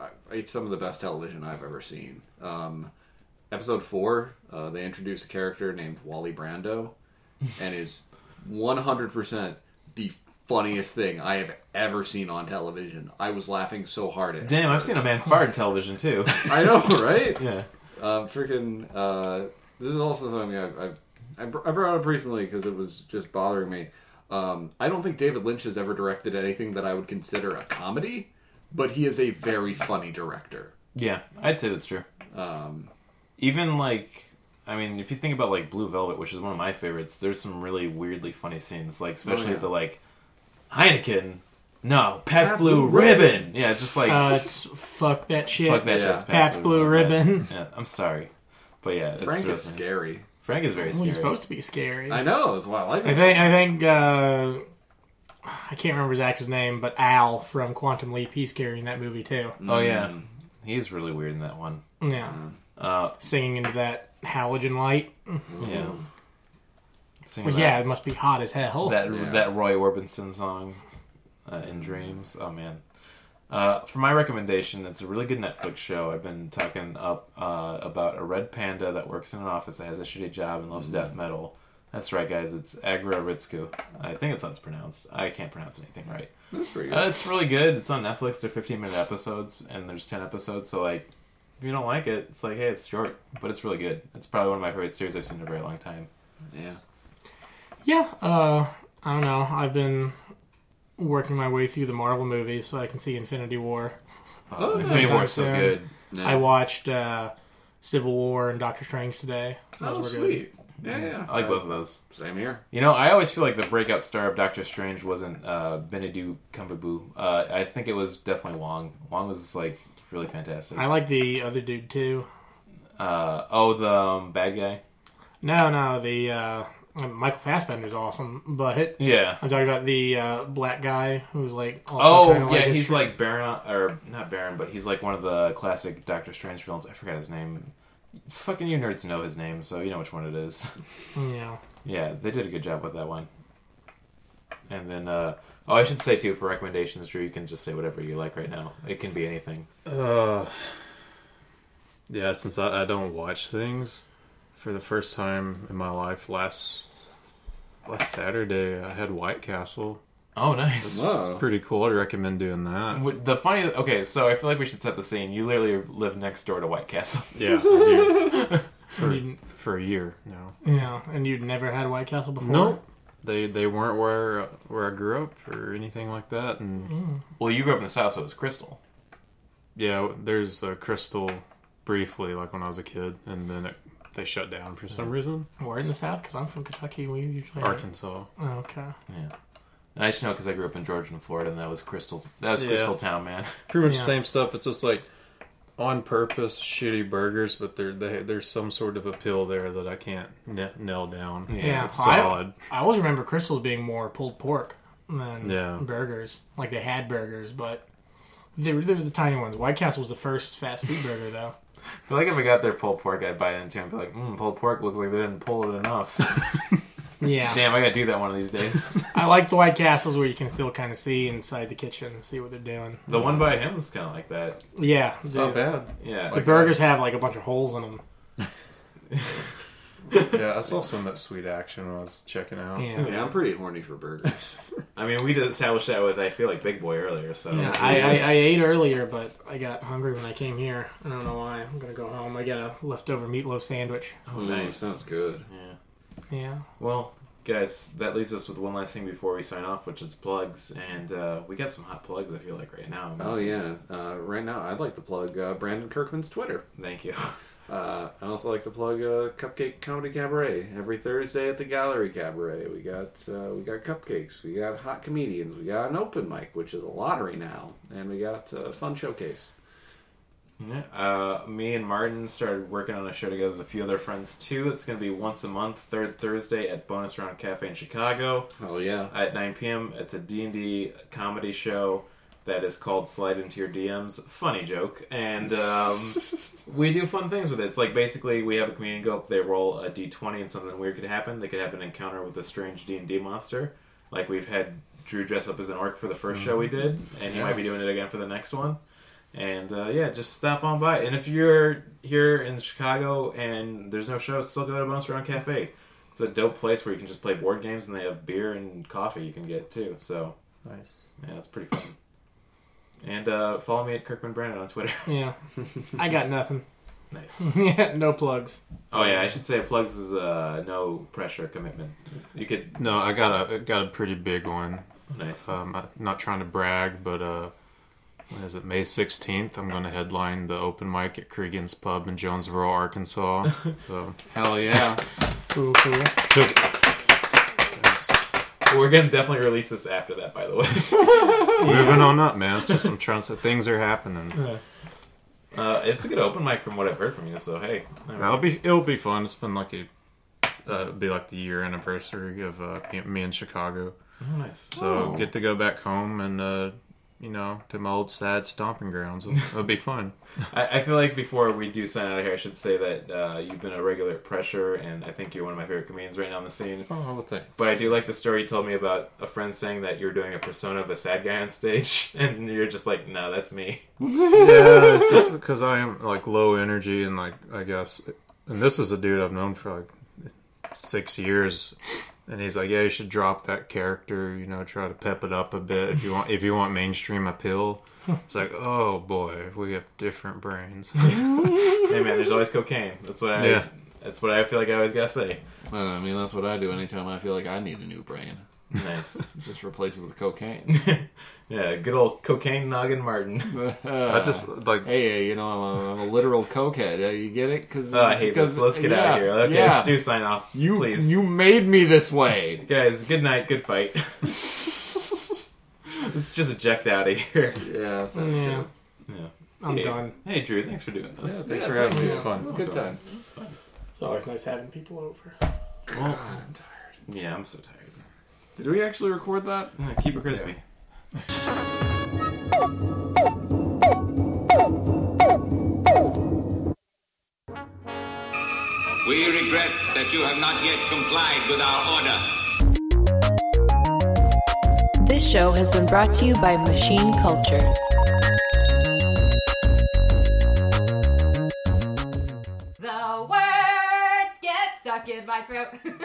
Speaker 7: I, it's some of the best television I've ever seen. Um, episode four, uh, they introduce a character named Wally Brando, and is 100% the funniest thing I have ever seen on television. I was laughing so hard at.
Speaker 6: Damn, I've seen a man fired in television too.
Speaker 7: I know, right?
Speaker 6: yeah.
Speaker 7: Um, freaking. Uh, this is also something I, I, I br- I brought up recently because it was just bothering me. Um, I don't think David Lynch has ever directed anything that I would consider a comedy, but he is a very funny director.
Speaker 6: Yeah, I'd say that's true.
Speaker 7: Um,
Speaker 6: Even like, I mean, if you think about like Blue Velvet, which is one of my favorites, there's some really weirdly funny scenes, like especially
Speaker 7: yeah.
Speaker 6: the like Heineken, no Pabst Blue Ribbon. Yeah, it's just like
Speaker 3: Uh, it's fuck that shit.
Speaker 6: fuck that
Speaker 7: yeah.
Speaker 6: shit's
Speaker 3: Pabst Blue Ribbon.
Speaker 6: Yeah, I'm sorry, but yeah, it's
Speaker 7: Frank is
Speaker 6: just-
Speaker 7: scary.
Speaker 6: Frank is very
Speaker 3: Well,
Speaker 6: scary.
Speaker 3: he's supposed to be scary.
Speaker 7: I know. That's why I like
Speaker 3: I
Speaker 7: him.
Speaker 3: think I think uh, I can't remember his actor's name, but Al from Quantum Leap, he's scary in that movie too.
Speaker 6: oh yeah, he's really weird in that one.
Speaker 3: Yeah,
Speaker 6: Mm-hmm. Uh,
Speaker 3: singing into that halogen light.
Speaker 6: yeah. Sing
Speaker 3: Well,
Speaker 6: about-
Speaker 3: yeah, it must be hot as hell.
Speaker 6: that
Speaker 7: Yeah. Mm.
Speaker 6: that Roy Orbison song uh, in Dreams. Oh man. Uh, for my recommendation, it's a really good Netflix show. I've been talking up uh, about a red panda that works in an office that has a shitty job and
Speaker 7: Mm.
Speaker 6: loves death metal. That's right, guys. It's Agra Ritzku. I think it's how it's pronounced. I can't pronounce anything right.
Speaker 7: That's pretty good.
Speaker 6: Uh, it's really good. It's on Netflix. They're 15 minute episodes, and there's 10 episodes. So like, if you don't like it, it's like, hey, it's short, but it's really good. It's probably one of my favorite series I've seen in a very long time.
Speaker 7: yeah.
Speaker 3: Yeah, uh, I don't know. I've been working my way through the Marvel movies so I can see Infinity War.
Speaker 6: Oh,
Speaker 7: that's
Speaker 6: Infinity War is so
Speaker 3: awesome.
Speaker 6: good.
Speaker 7: Yeah.
Speaker 3: I watched uh, Civil War and Doctor Strange today. Those
Speaker 7: Oh,
Speaker 3: were good.
Speaker 7: sweet. Yeah, yeah.
Speaker 4: Uh,
Speaker 6: I like both of those.
Speaker 7: Same here.
Speaker 6: You know, I always feel like the breakout star of Doctor Strange wasn't uh, Benedict Cumberbatch. Uh, I think it was definitely Wong. Wong was just, like really fantastic.
Speaker 3: I like the other dude too.
Speaker 6: Uh, oh, the um, bad guy.
Speaker 3: No, no, the uh, Michael Fassbender's awesome, but
Speaker 6: Yeah.
Speaker 3: I'm talking about the uh, black guy who's like. Also
Speaker 6: Oh
Speaker 3: kinda
Speaker 6: yeah,
Speaker 3: like a
Speaker 6: he's
Speaker 3: str-
Speaker 6: like Baron or not Baron, but he's like one of the classic Doctor Strange films. I forgot his name. Fucking you nerds know his name, so you know which one it is.
Speaker 3: Yeah.
Speaker 6: Yeah, they did a good job with that one. And then, uh, oh, I should say too for recommendations, Drew, you can just say whatever you like right now. It can be anything.
Speaker 5: Uh, yeah, since I, I don't watch things, for the first time in my life last last Saturday, I had White Castle.
Speaker 6: Oh, nice.
Speaker 7: Whoa.
Speaker 5: Pretty cool. I'd recommend doing that.
Speaker 6: What- The funny, okay, so I feel like we should set the scene. You literally live next door to White Castle.
Speaker 5: Yeah, I do.
Speaker 3: And you'd,
Speaker 5: for a year now.
Speaker 3: yeah, and you'd never had White Castle before.
Speaker 5: Nope. They they weren't where where I grew up or anything like that. And
Speaker 6: Well, you grew up in the South, so it was Crystal.
Speaker 5: yeah, there's a crystal briefly, like when I was a kid, and then it, they shut down for some reason.
Speaker 3: We're in the South because I'm from Kentucky. We usually
Speaker 5: Arkansas.
Speaker 3: Oh, okay.
Speaker 6: And I just know because I grew up in Georgia and Florida, and that was Crystal. That was
Speaker 5: Yeah.
Speaker 6: Crystal Town, man.
Speaker 5: pretty much
Speaker 3: Yeah.
Speaker 5: the same stuff. It's just like on purpose shitty burgers, but there they, there's some sort of appeal there that I can't n- nail down.
Speaker 6: Yeah.
Speaker 3: Yeah,
Speaker 5: it's
Speaker 3: well, I-
Speaker 5: solid.
Speaker 3: I always remember Crystals being more pulled pork than
Speaker 5: Yeah.
Speaker 3: burgers. Like they had burgers, but they were, they were the tiny ones. White Castle was the first fast food burger, though.
Speaker 6: I feel like if I got their pulled pork, I'd bite into it and be like, mm, pulled pork looks like they didn't pull it enough.
Speaker 3: Yeah,
Speaker 6: Damn, I gotta do that one of these days.
Speaker 3: I like the White Castles where you can still kind of see inside the kitchen and see what they're doing.
Speaker 6: the one by him was kind of like that.
Speaker 3: Yeah,
Speaker 7: Not
Speaker 3: the,
Speaker 7: bad.
Speaker 6: Yeah.
Speaker 3: the burgers have like a bunch of holes in them.
Speaker 5: yeah, I saw some of that sweet action when I was checking out.
Speaker 3: Yeah,
Speaker 7: Oh, Yeah, I'm pretty horny for burgers.
Speaker 6: I mean, we did establish that with I feel like Big Boy earlier, so
Speaker 3: Yeah, I, I, I ate earlier, but I got hungry when I came here. I don't know why. I'm gonna go home. I got a leftover meatloaf sandwich.
Speaker 6: oh,
Speaker 7: Mm,
Speaker 6: nice.
Speaker 7: Sounds good.
Speaker 6: Yeah.
Speaker 3: Yeah,
Speaker 6: Well, guys, that leaves us with one last thing before we sign off, which is plugs, and uh, we got some hot plugs. I feel like right now.
Speaker 7: Oh yeah. Uh, right now, I'd like to plug uh, Brandon Kirkman's Twitter.
Speaker 6: Thank you.
Speaker 7: Uh, I also like to plug uh, Cupcake Comedy Cabaret every Thursday at the Gallery Cabaret. We got uh, we got cupcakes, we got hot comedians, we got an open mic, which is a lottery now, and we got a fun showcase.
Speaker 6: Yeah, uh, me and Martin started working on a show together with a few other friends too. It's going to be once a month, third Thursday at Bonus Round Cafe in Chicago.
Speaker 7: Oh yeah,
Speaker 6: at 9 p.m. It's a D&D comedy show that is called Slide Into Your DMs. Funny joke. And um, we do fun things with it. It's like basically we have a comedian go up, they roll a d20 and something weird could happen. They could have an encounter with a strange D&D monster. Like we've had Drew dress up as an orc for the 1st show we did, and he might be doing it again for the next one. And uh, yeah, just stop on by. And if you're here in Chicago and there's no show, still go to Bonus Round Cafe. It's a dope place where you can just play board games and they have beer and coffee you can get too. So
Speaker 5: Nice.
Speaker 6: yeah, it's pretty fun. And uh, follow me at Kirkman Brandon on Twitter.
Speaker 3: yeah. I got nothing.
Speaker 6: nice.
Speaker 3: Yeah, no plugs.
Speaker 6: Oh yeah, I should say plugs is uh, no pressure commitment. You could
Speaker 5: No, I got a I got a pretty big one.
Speaker 6: nice.
Speaker 5: Um, I'm not trying to brag, but uh, when is it May 16th? I'm going to headline the open mic at Cregan's Pub in Jonesboro, Arkansas. So
Speaker 4: Hell yeah.
Speaker 3: Cool, cool.
Speaker 6: We're gonna definitely release this after that, by the way.
Speaker 5: moving on up, man. It's just I'm trying to things are happening.
Speaker 6: Uh, it's a good open mic from what I've heard from you. So hey, I mean,
Speaker 5: That'll be it'll be fun. It's been like a uh, it'll be like the year anniversary of uh, me in Chicago,
Speaker 6: oh, nice.
Speaker 5: so get to go back home and uh, you know to my old sad stomping grounds. It'll, it'll be fun.
Speaker 6: I, I feel like before we do sign out of here, I should say that uh, you've been a regular at Pressure, and I think you're one of my favorite comedians right now on the scene.
Speaker 5: Oh, well, thanks.
Speaker 6: But I do like the story you told me about a friend saying that you're doing a persona of a sad guy on stage, and you're just like, no, that's me.
Speaker 5: yeah, Uh, it's just because I am like low energy and like I guess, and this is a dude I've known for like six years, and he's like, yeah, you should drop that character, you know, try to pep it up a bit if you want if you want mainstream appeal. It's like, oh boy, we have different brains.
Speaker 6: hey man, there's always cocaine. That's what I.
Speaker 5: Yeah.
Speaker 6: That's what I feel like I always gotta say.
Speaker 4: I, don't know, I mean, that's what I do anytime I feel like I need a new brain.
Speaker 6: Nice.
Speaker 4: Just replace it with cocaine.
Speaker 6: yeah, good old cocaine noggin Martin.
Speaker 5: I just like
Speaker 4: Hey, uh, you know, I'm a, I'm a literal cokehead. Uh, You get it? Because
Speaker 6: Oh, I hate this. Let's get out of here. Okay, let's do sign off.
Speaker 4: you
Speaker 6: please,
Speaker 4: you made me this way.
Speaker 6: guys. Good night. Good fight. let's just eject out of here.
Speaker 7: yeah, sounds
Speaker 3: Yeah.
Speaker 6: Yeah.
Speaker 3: I'm
Speaker 6: Hey.
Speaker 3: done.
Speaker 6: Hey Drew, thanks for doing this.
Speaker 7: good.
Speaker 4: Thanks
Speaker 7: Yeah,
Speaker 4: for having me.
Speaker 5: it's fun.
Speaker 7: Good time.
Speaker 3: It's always nice having people over.
Speaker 6: Yeah, I'm so tired.
Speaker 7: Did we actually record that?
Speaker 6: Uh, Keep it crispy.
Speaker 10: We regret that you have not yet complied with our order.
Speaker 11: This show has been brought to you by Machine Culture.
Speaker 12: The words get stuck in my throat.